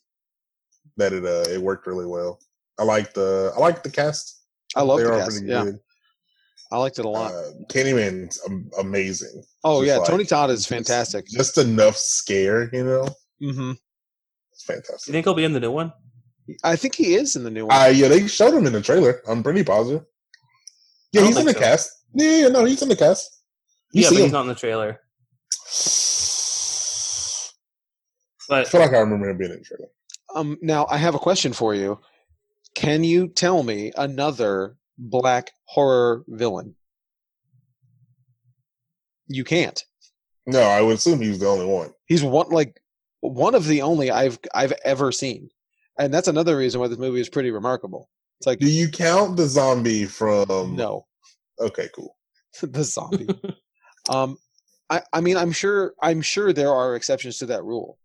S2: that it uh it worked really well. I like the I like the cast.
S1: I love
S2: They
S1: the
S2: are
S1: cast.
S2: pretty
S1: Yeah.
S2: good.
S1: I liked it a lot.
S2: Uh, Candyman's am- amazing.
S1: oh
S2: just
S1: yeah,
S2: like-
S1: Tony Todd is fantastic.
S2: Just enough scare, you know.
S1: mhm.
S2: It's
S3: do you
S2: fantastic.
S3: think he'll be in the new one?
S1: I think he is in the new one.
S2: Uh, yeah, they showed him in the trailer. I'm pretty positive. Yeah,
S3: I don't
S2: he's in
S3: think
S2: the
S3: so.
S2: cast. Yeah, yeah, no, he's in the cast. You
S3: yeah,
S2: see
S3: but he's
S2: him.
S3: not in the trailer.
S2: I
S3: But
S2: feel like I remember him being in the trailer.
S1: Um now I have a question for you. Can you tell me another black horror villain? You can't.
S2: No, I would assume he was the only one.
S1: He's one like one of the only I've I've ever seen, and that's another reason why this movie is pretty remarkable. It's like
S2: Do you count the zombie from?
S1: no,
S2: Okay, cool.
S1: <laughs> the zombie. um, I I mean I'm sure I'm sure there are exceptions to that rule,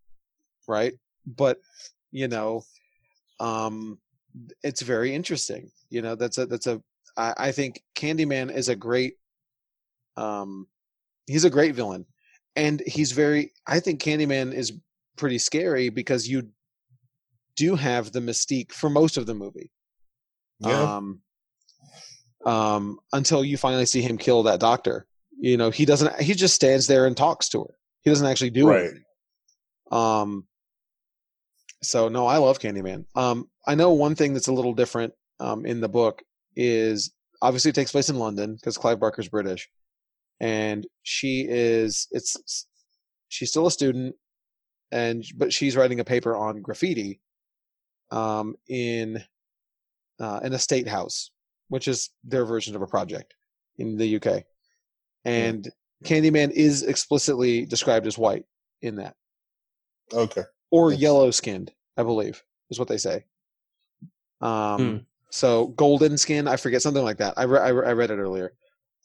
S1: right? But you know, um, it's very interesting. You know, that's a that's a I, I think Candyman is a great um, he's a great villain, and he's very. I think Candyman is pretty scary because you do have the mystique for most of the movie.
S2: Yeah,
S1: Um, um, until you finally see him kill that doctor. You know, he doesn't. He just stands there and talks to her. He doesn't actually do
S2: right.
S1: anything. Um, so no, I love Candyman. Um, I know one thing that's a little different um, in the book is obviously it takes place in London because Clive Barker's British, and she is it's she's still a student, and but she's writing a paper on graffiti, um, in uh, an estate house, which is their version of a project in the UK, and Candyman is explicitly described as white in that,
S2: Okay.
S1: or
S2: Yes.
S1: yellow skinned, I believe, is what they say. Um,
S3: Hmm.
S1: so golden skin, I forget something like that. I re- I, re- I read it earlier,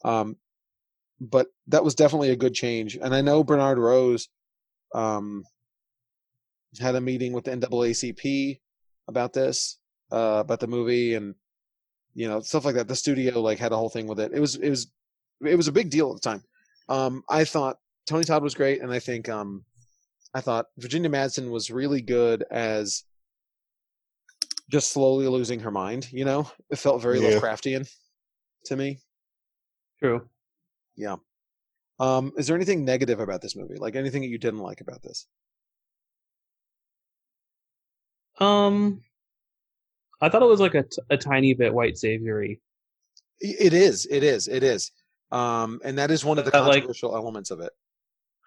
S1: um, but that was definitely a good change. And I know Bernard Rose um, had a meeting with the NAACP about this, uh, about the movie, and you know stuff like that. The studio like had a whole thing with it. It was it was it was a big deal at the time. Um, I thought Tony Todd was great, and I think um, I thought Virginia Madsen was really good as just slowly losing her mind. You know, it felt very
S2: Yeah.
S1: Lovecraftian to me.
S3: True.
S1: Um, is there anything negative about this movie? Like anything that you didn't like about this?
S3: Um,
S4: I thought it was like a, t- a tiny bit white saviory.
S1: I- It is. It is. It is. Um, and that is one of the
S3: But, like-
S1: controversial elements of it.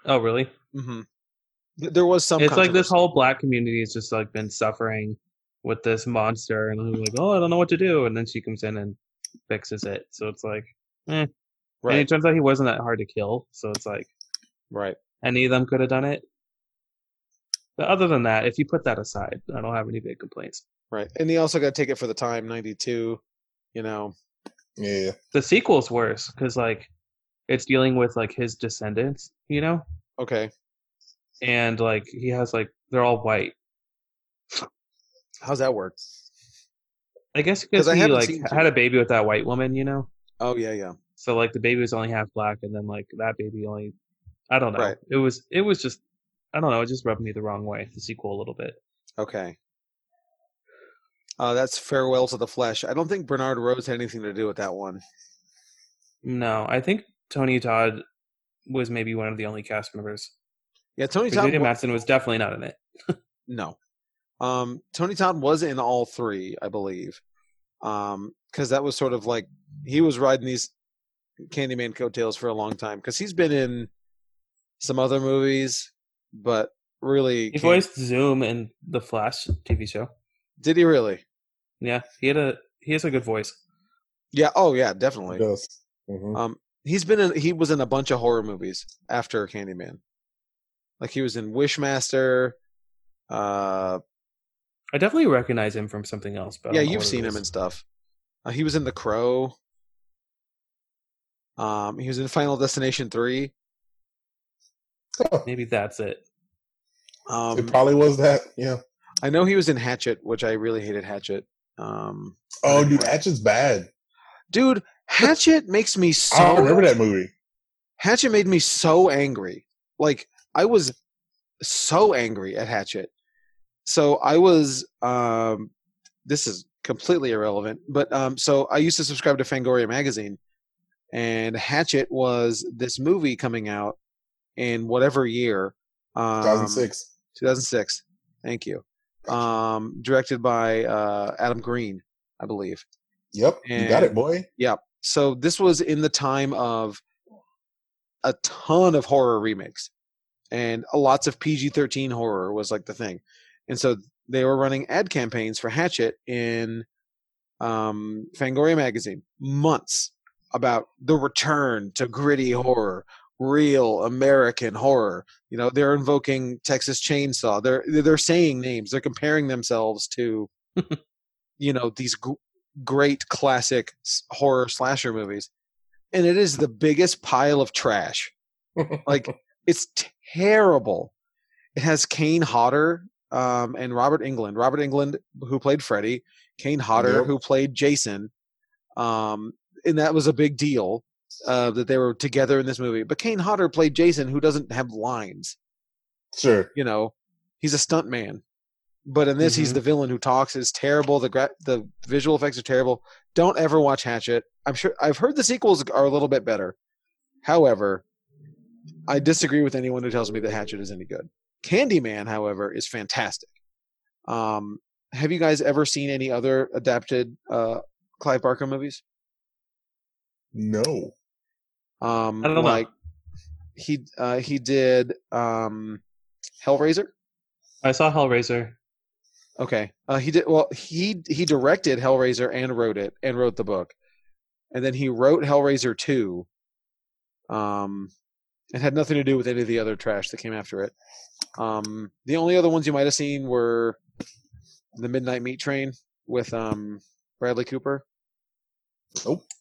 S3: oh really?
S1: hmm There was some.
S3: it's like
S1: controversy.
S3: this whole black community has just like been suffering with this monster, and I'm like, oh, I don't know what to do, and then she comes in and fixes it. So it's like,
S1: right.
S3: and it turns out he wasn't that hard to kill. So it's like
S1: right.
S3: any of them could have done it. But other than that, if you put that aside, I don't have any big complaints.
S1: Right. And they also got to take it for the time ninety two. You know.
S2: Yeah.
S3: The sequel's worse because like it's dealing with like his descendants, you know,
S1: Okay.
S3: and like he has like they're all white.
S1: How's that work?
S3: I guess
S1: 'Cause
S3: because
S1: I
S3: he
S1: haven't
S3: like
S1: seen
S3: had
S1: Juno.
S3: a baby with that white woman, you know.
S1: Oh yeah, yeah.
S3: So like the baby was only half black, and then like that baby only, I don't know.
S1: Right.
S3: It was it was just I don't know. It just rubbed me the wrong way. The sequel a little bit.
S1: Okay. Uh, that's farewell to the flesh. I don't think Bernard Rose had anything to do with that one.
S3: No, I think Tony Todd was maybe one of the only cast members.
S1: Yeah, Tony Todd.
S3: Virginia
S1: wa-
S3: Madsen was definitely not in it.
S1: no, um, Tony Todd was in all three, I believe, because that was sort of like he was riding these Candyman coattails for a long time. Because he's been in some other movies, but really,
S3: He
S1: Can-
S3: voiced Zoom in the Flash TV show.
S1: did he really?
S3: Yeah, he had a he has a good voice.
S1: Yeah. Oh, yeah,
S2: It
S1: definitely.
S2: does. hmm
S1: Um, he's been in. He was in a bunch of horror movies after Candyman. Like he was in Wishmaster. Uh,
S3: I definitely recognize him from something else. But I
S1: yeah,
S3: don't know
S1: you've
S3: what it
S1: seen him
S3: is.
S1: and stuff. Uh, he was in The Crow. Um, he was in Final Destination three.
S3: Maybe that's it.
S1: Um,
S2: it probably was that. Yeah.
S1: I know he was in Hatchet, which I really hated Hatchet. Um,
S2: Oh, dude, Hatchet's bad.
S1: dude, Hatchet makes
S3: Oh,
S1: me so.
S2: I don't remember that movie.
S1: Hatchet made me so angry. Like I was so angry at Hatchet. So I was um this is completely irrelevant, but um so I used to subscribe to Fangoria magazine and Hatchet was this movie coming out in whatever year um
S2: 2006.
S1: 2006. Thank you. Um directed by uh Adam Green, I believe
S2: yep. you got
S1: and-
S2: it, boy.
S1: so this was in the time of a ton of horror remakes and lots of pg-13 horror was like the thing and so they were running ad campaigns for hatchet in um, fangoria magazine months about the return to gritty horror real american horror you know they're invoking texas chainsaw they're they're saying names they're comparing themselves to you know these gr- great classic s- horror slasher movies and it is the biggest pile of trash like it's terrible it has kane hodder um, and robert england robert england who played freddy kane hodder
S2: Yep.
S1: who played jason um, and that was a big deal uh, that they were together in this movie but kane hodder played jason who doesn't have lines
S2: <laughs> Sure.
S1: you know he's a stunt man but in this he's
S3: Mhm.
S1: the villain who talks it's terrible the gra- the visual effects are terrible don't ever watch hatchet i'm sure i've heard the sequels are a little bit better however i disagree with anyone who tells me that hatchet is any good candyman however is fantastic um have you guys ever seen any other adapted uh clive barker movies
S2: No.
S1: um
S3: I don't know.
S1: like he uh he did um hellraiser
S3: I saw Hellraiser.
S1: Okay. Uh, he did well. He he directed Hellraiser and wrote it and wrote the book, and then he wrote Hellraiser two. Um, It had nothing to do with any of the other trash that came after it. Um, the only other ones you might have seen were the Midnight Meat Train with um, Bradley Cooper.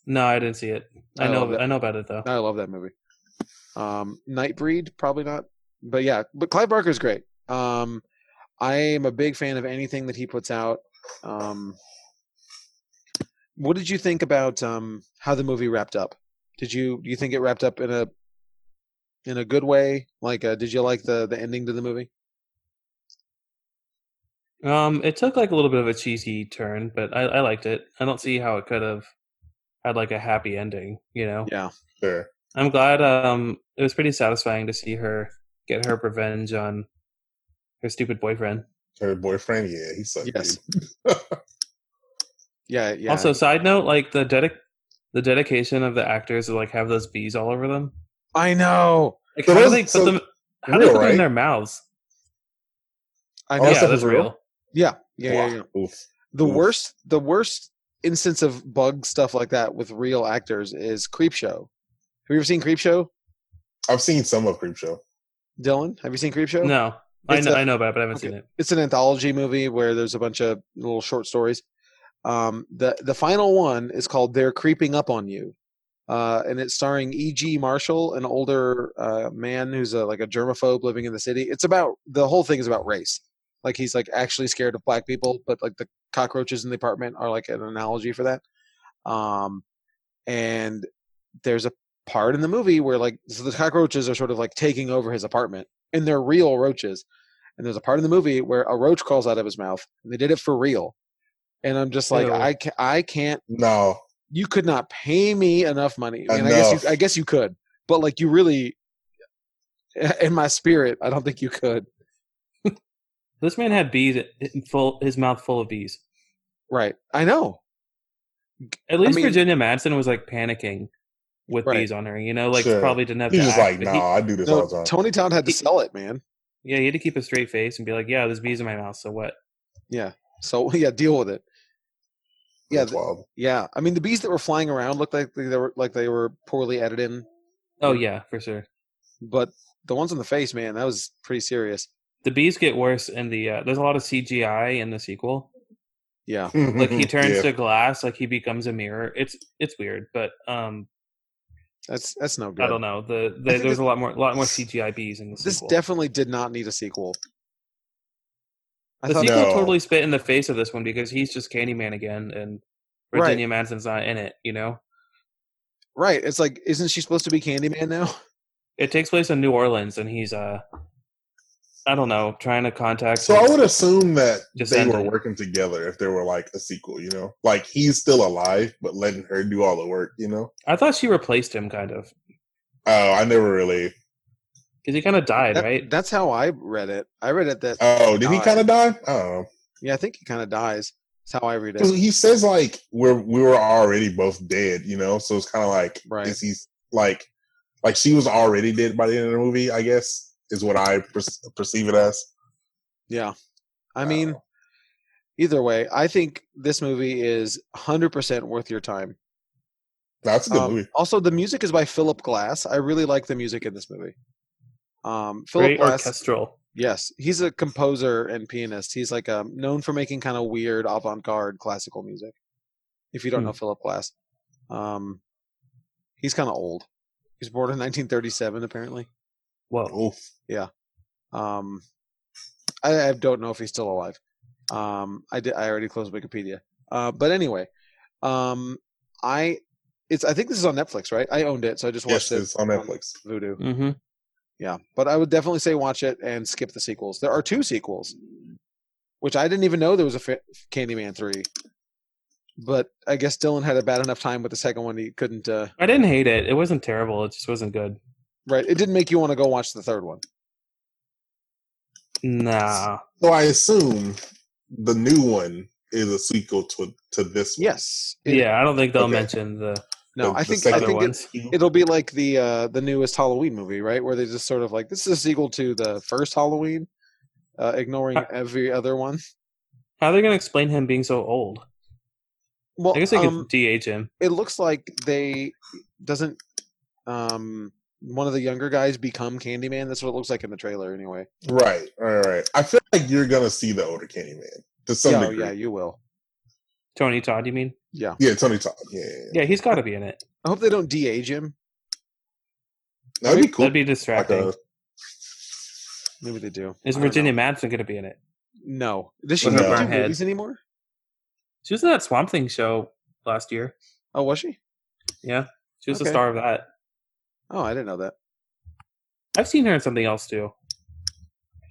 S3: No, I didn't see it. I,
S1: I love
S3: know.
S1: it.
S3: I know about it though.
S1: I love that movie. Um, Nightbreed, probably not, but yeah. But Clive Barker's great. Um, I am a big fan of anything that he puts out. Um, what did you think about um, how the movie wrapped up? Did you you think it wrapped up in a in a good way? Like, uh, did you like the the ending to the movie?
S3: Um, it took like a little bit of a cheesy turn, but I, I liked it. I don't see how it could have had like a happy ending. You know,
S1: Yeah,
S2: Sure.
S3: I'm glad. Um, it was pretty satisfying to see her get her revenge on her stupid boyfriend.
S2: Her boyfriend, yeah, he sucked.
S1: Yes.
S2: <laughs> dude.
S1: yeah, yeah.
S3: Also, side note, like the dedic, the dedication of the actors to like have those bees all over them.
S1: I know.
S3: Like,
S2: So
S3: how do
S2: those-
S3: they put
S2: so
S3: them? How do they
S2: real,
S3: put them
S2: right?
S3: in their mouths?
S1: I
S2: All
S1: know.
S2: that
S3: yeah,
S2: stuff
S3: that's
S2: is real?
S3: real.
S1: Yeah, yeah, yeah. yeah.
S2: Wow. Oof.
S1: the
S2: Oof.
S1: worst the worst instance of bug stuff like that with real actors is Creepshow. Have you ever seen Creepshow,
S2: I've seen some of Creepshow.
S1: Dylan? Have you seen Creepshow?
S3: No, I
S1: It's
S3: know,
S1: a-
S3: I know about it, but I haven't
S1: Okay.
S3: seen it.
S1: It's an anthology movie where there's a bunch of little short stories. Um, the the final one is called "They're Creeping Up on You," uh, and it's starring E.G. Marshall, an older uh, man who's a, like a germaphobe living in the city. It's about the whole thing is about race. Like he's like actually scared of black people, but like the cockroaches in the apartment are like an analogy for that. Um, and there's a part in the movie where like so the cockroaches are sort of like taking over his apartment, and they're real roaches. And there's a part in the movie where a roach crawls out of his mouth, and they did it for real. And I'm just like,
S3: Ew.
S1: I ca- I can't
S2: No,
S1: you could not pay me enough money. I mean, I guess you,
S2: Enough.
S1: I guess you could, but like you really, <laughs> in my spirit, I don't think you could.
S3: This man had bees in full his mouth full of bees.
S1: Right? I know.
S3: At least
S1: mean-
S3: Virginia Madsen was like panicking with
S1: Right.
S3: bees on her. You know, like
S2: Sure.
S3: probably didn't have.
S2: he's
S3: to
S2: just
S3: act,
S2: like, no,
S3: but he-
S2: I do this all
S1: No,
S2: the time.
S1: Tony Todd had to
S3: He-
S1: sell it, man.
S3: yeah, he had to keep a straight face and be like, "Yeah, there's bees in my mouth, so what?"
S1: Yeah. So <laughs> yeah, deal with it. Yeah,
S2: That's
S1: th-
S2: wild.
S1: yeah. I mean, the bees that were flying around looked like they were like they were poorly edited in,
S3: Oh yeah, for sure.
S1: but the ones on the face, man, that was pretty serious.
S3: The bees get worse in the. Uh, there's a lot of CGI in the sequel.
S1: Mm-hmm. Yeah.
S2: <laughs>
S3: Like he turns
S2: Yeah.
S3: to glass, like he becomes a mirror. It's it's weird, but um,
S1: That's that's no good.
S3: I don't know. The,
S1: I
S3: the
S1: think
S3: there's
S1: that-
S3: a lot more lot more CGI bees in the
S1: This
S3: sequel.
S1: definitely did not need a sequel. I
S3: the
S1: thought
S3: sequel
S2: No.
S3: totally spit in the face of this one because he's just Candyman again, and
S1: Right.
S3: Virginia Madsen's not in it. You know,
S1: right. It's like, isn't she supposed to be Candyman now?
S3: it takes place in New Orleans, and he's uh, I don't know, trying to contact.
S2: So I
S3: his-
S2: would assume that
S3: Just
S2: they
S3: end
S2: were
S3: it.
S2: working together if there were like a sequel, you know? Like he's still alive, but letting her do all the work, you know?
S3: I thought she replaced him, kind of,
S2: Oh, I never really.
S3: because he kind of died,
S1: That-
S3: right?
S1: That's how I read it. I read it that
S2: Oh, did he
S1: Died.
S2: kind of die? I don't know.
S1: yeah, I think he kind of dies. That's how I read
S2: 'Cause
S1: it.
S2: he says like we're we were already both dead, you know. So it's kind of like
S1: Right.
S2: is he like like she was already dead by the end of the movie? I guess is what I per- perceive it as.
S1: Yeah, I mean,
S2: Oh.
S1: either way, I think this movie is 100% worth your time.
S2: That's a good
S1: Um,
S2: movie.
S1: also, the music is by Philip Glass. I really like the music in this movie. Um, Philip
S3: Very
S1: Glass,
S3: orchestral.
S1: yes, he's a composer and pianist. He's like um, known for making kind of weird avant-garde classical music. If you don't
S3: Hmm.
S1: know Philip Glass, um, he's kind of old. He was born in 1937, apparently.
S3: Whoa,
S2: Oof.
S1: Um, I, I don't know if he's still alive. Um, I did. I already closed Wikipedia. Uh, but anyway, um, I it's. I think this is on Netflix, right? I owned it, so I just watched
S2: Yes, it's
S1: it
S2: on Netflix.
S1: Voodoo.
S3: hmm
S1: Yeah, but I would definitely say watch it and skip the sequels. There are two sequels, which I didn't even know there was a fa- Candyman three. But I guess Dylan had a bad enough time with the second one; he couldn't. Uh,
S3: I didn't hate it. It wasn't terrible. It just wasn't good.
S1: right, it didn't make you want to go watch the third one.
S3: Nah,
S2: So I assume the new one is a sequel to to this one.
S1: Yes. It-
S3: yeah, I don't think they'll
S2: Okay.
S3: mention the
S1: No,
S2: The-
S1: I
S2: the
S1: think I
S2: second
S1: think
S3: one.
S1: it's It'll be like the uh, the newest Halloween movie, right? Where they just sort of like this is a sequel to the first Halloween, uh, ignoring
S3: Uh,
S1: every other one.
S3: how they're gonna explain him being so old.
S1: Well,
S3: I guess they
S1: um,
S3: could DH him.
S1: it looks like they doesn't um, one of the younger guys become Candyman? That's what it looks like in the trailer, anyway.
S2: Right, right, right. I feel like you're gonna see the older Candyman to some
S1: yeah, oh,
S2: degree.
S1: yeah,
S2: Yeah,
S1: you will.
S3: Tony Todd, you mean?
S1: Yeah,
S2: Tony Todd. Yeah, yeah, yeah.
S3: Yeah, he's got to be in it.
S1: I hope they don't de-age him.
S2: that'd be cool.
S3: That'd be
S2: like uh,
S3: distracting.
S2: a,
S1: Maybe they do.
S3: Is
S1: I don't
S3: Virginia Madsen going to be in it?
S1: No, does she
S2: With her
S1: not do
S3: brown head.
S1: movies anymore?
S3: She was in that Swamp Thing show last year.
S1: Oh, was she?
S3: Yeah, she was the
S1: Okay.
S3: star of that.
S1: Oh, I didn't know that.
S3: I've seen her in something else too.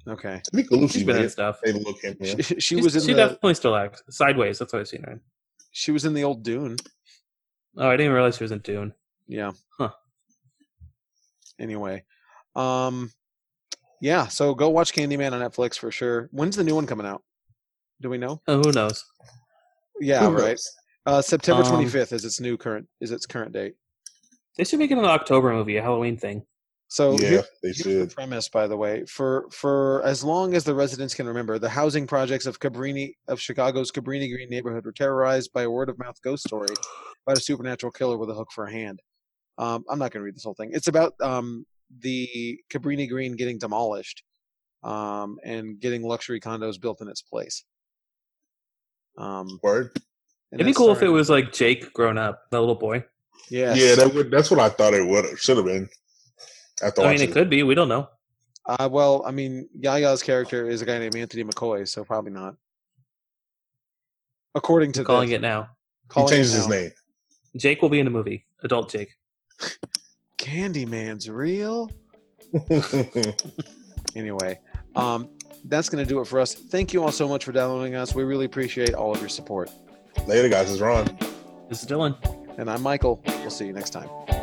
S1: Okay,
S2: that'd be cool if
S3: She's
S2: she
S3: been
S2: made
S3: in
S2: it.
S3: stuff.
S2: They look him.
S1: she, she
S3: She's-
S1: was in
S3: she
S1: the
S3: definitely still acts. Sideways, that's what I've seen her in.
S1: she was in the old Dune.
S3: Oh, I didn't realize she was in Dune.
S1: Yeah.
S3: Huh.
S1: Anyway, um, yeah. So go watch Candyman on Netflix for sure. When's the new one coming out? Do we know?
S3: Oh, who knows?
S1: Yeah,
S2: Who knows?
S1: right. Uh, September
S3: Um,
S1: twenty fifth is its new current is its current date.
S3: They should make it an October movie, a Halloween thing.
S1: So
S2: yeah,
S1: here-
S2: they
S1: Here's
S2: should.
S1: the premise, by the way, for for as long as the residents can remember, the housing projects of Cabrini of Chicago's Cabrini Green neighborhood were terrorized by a word of mouth ghost story about a supernatural killer with a hook for a hand. Um, I'm not going to read this whole thing. It's about um, the Cabrini Green getting demolished um, and getting luxury condos built in its place. Um,
S2: Word.
S1: and
S3: It'd be
S1: that's
S3: cool if it
S1: starring-
S3: was like Jake grown up, the little boy.
S1: Yes.
S2: Yeah, that would, that's what I thought it would should have been. After
S3: I mean,
S2: watching
S3: it could be. We don't know.
S1: Uh, well, I mean, Yaya's character is a guy named Anthony McCoy, so probably not. According to
S3: calling
S1: this.
S3: it now.
S2: he
S1: Calling
S2: changes
S1: it
S2: his
S1: now.
S2: name.
S3: Jake will be in the movie. Adult Jake.
S1: Candyman's real. Anyway, um, that's going to do it for us. Thank you all so much for downloading us. We really appreciate all of your support.
S2: <laughs> Later, guys. It's Ron.
S3: This is Dylan.
S1: And I'm Michael. We'll see you next time.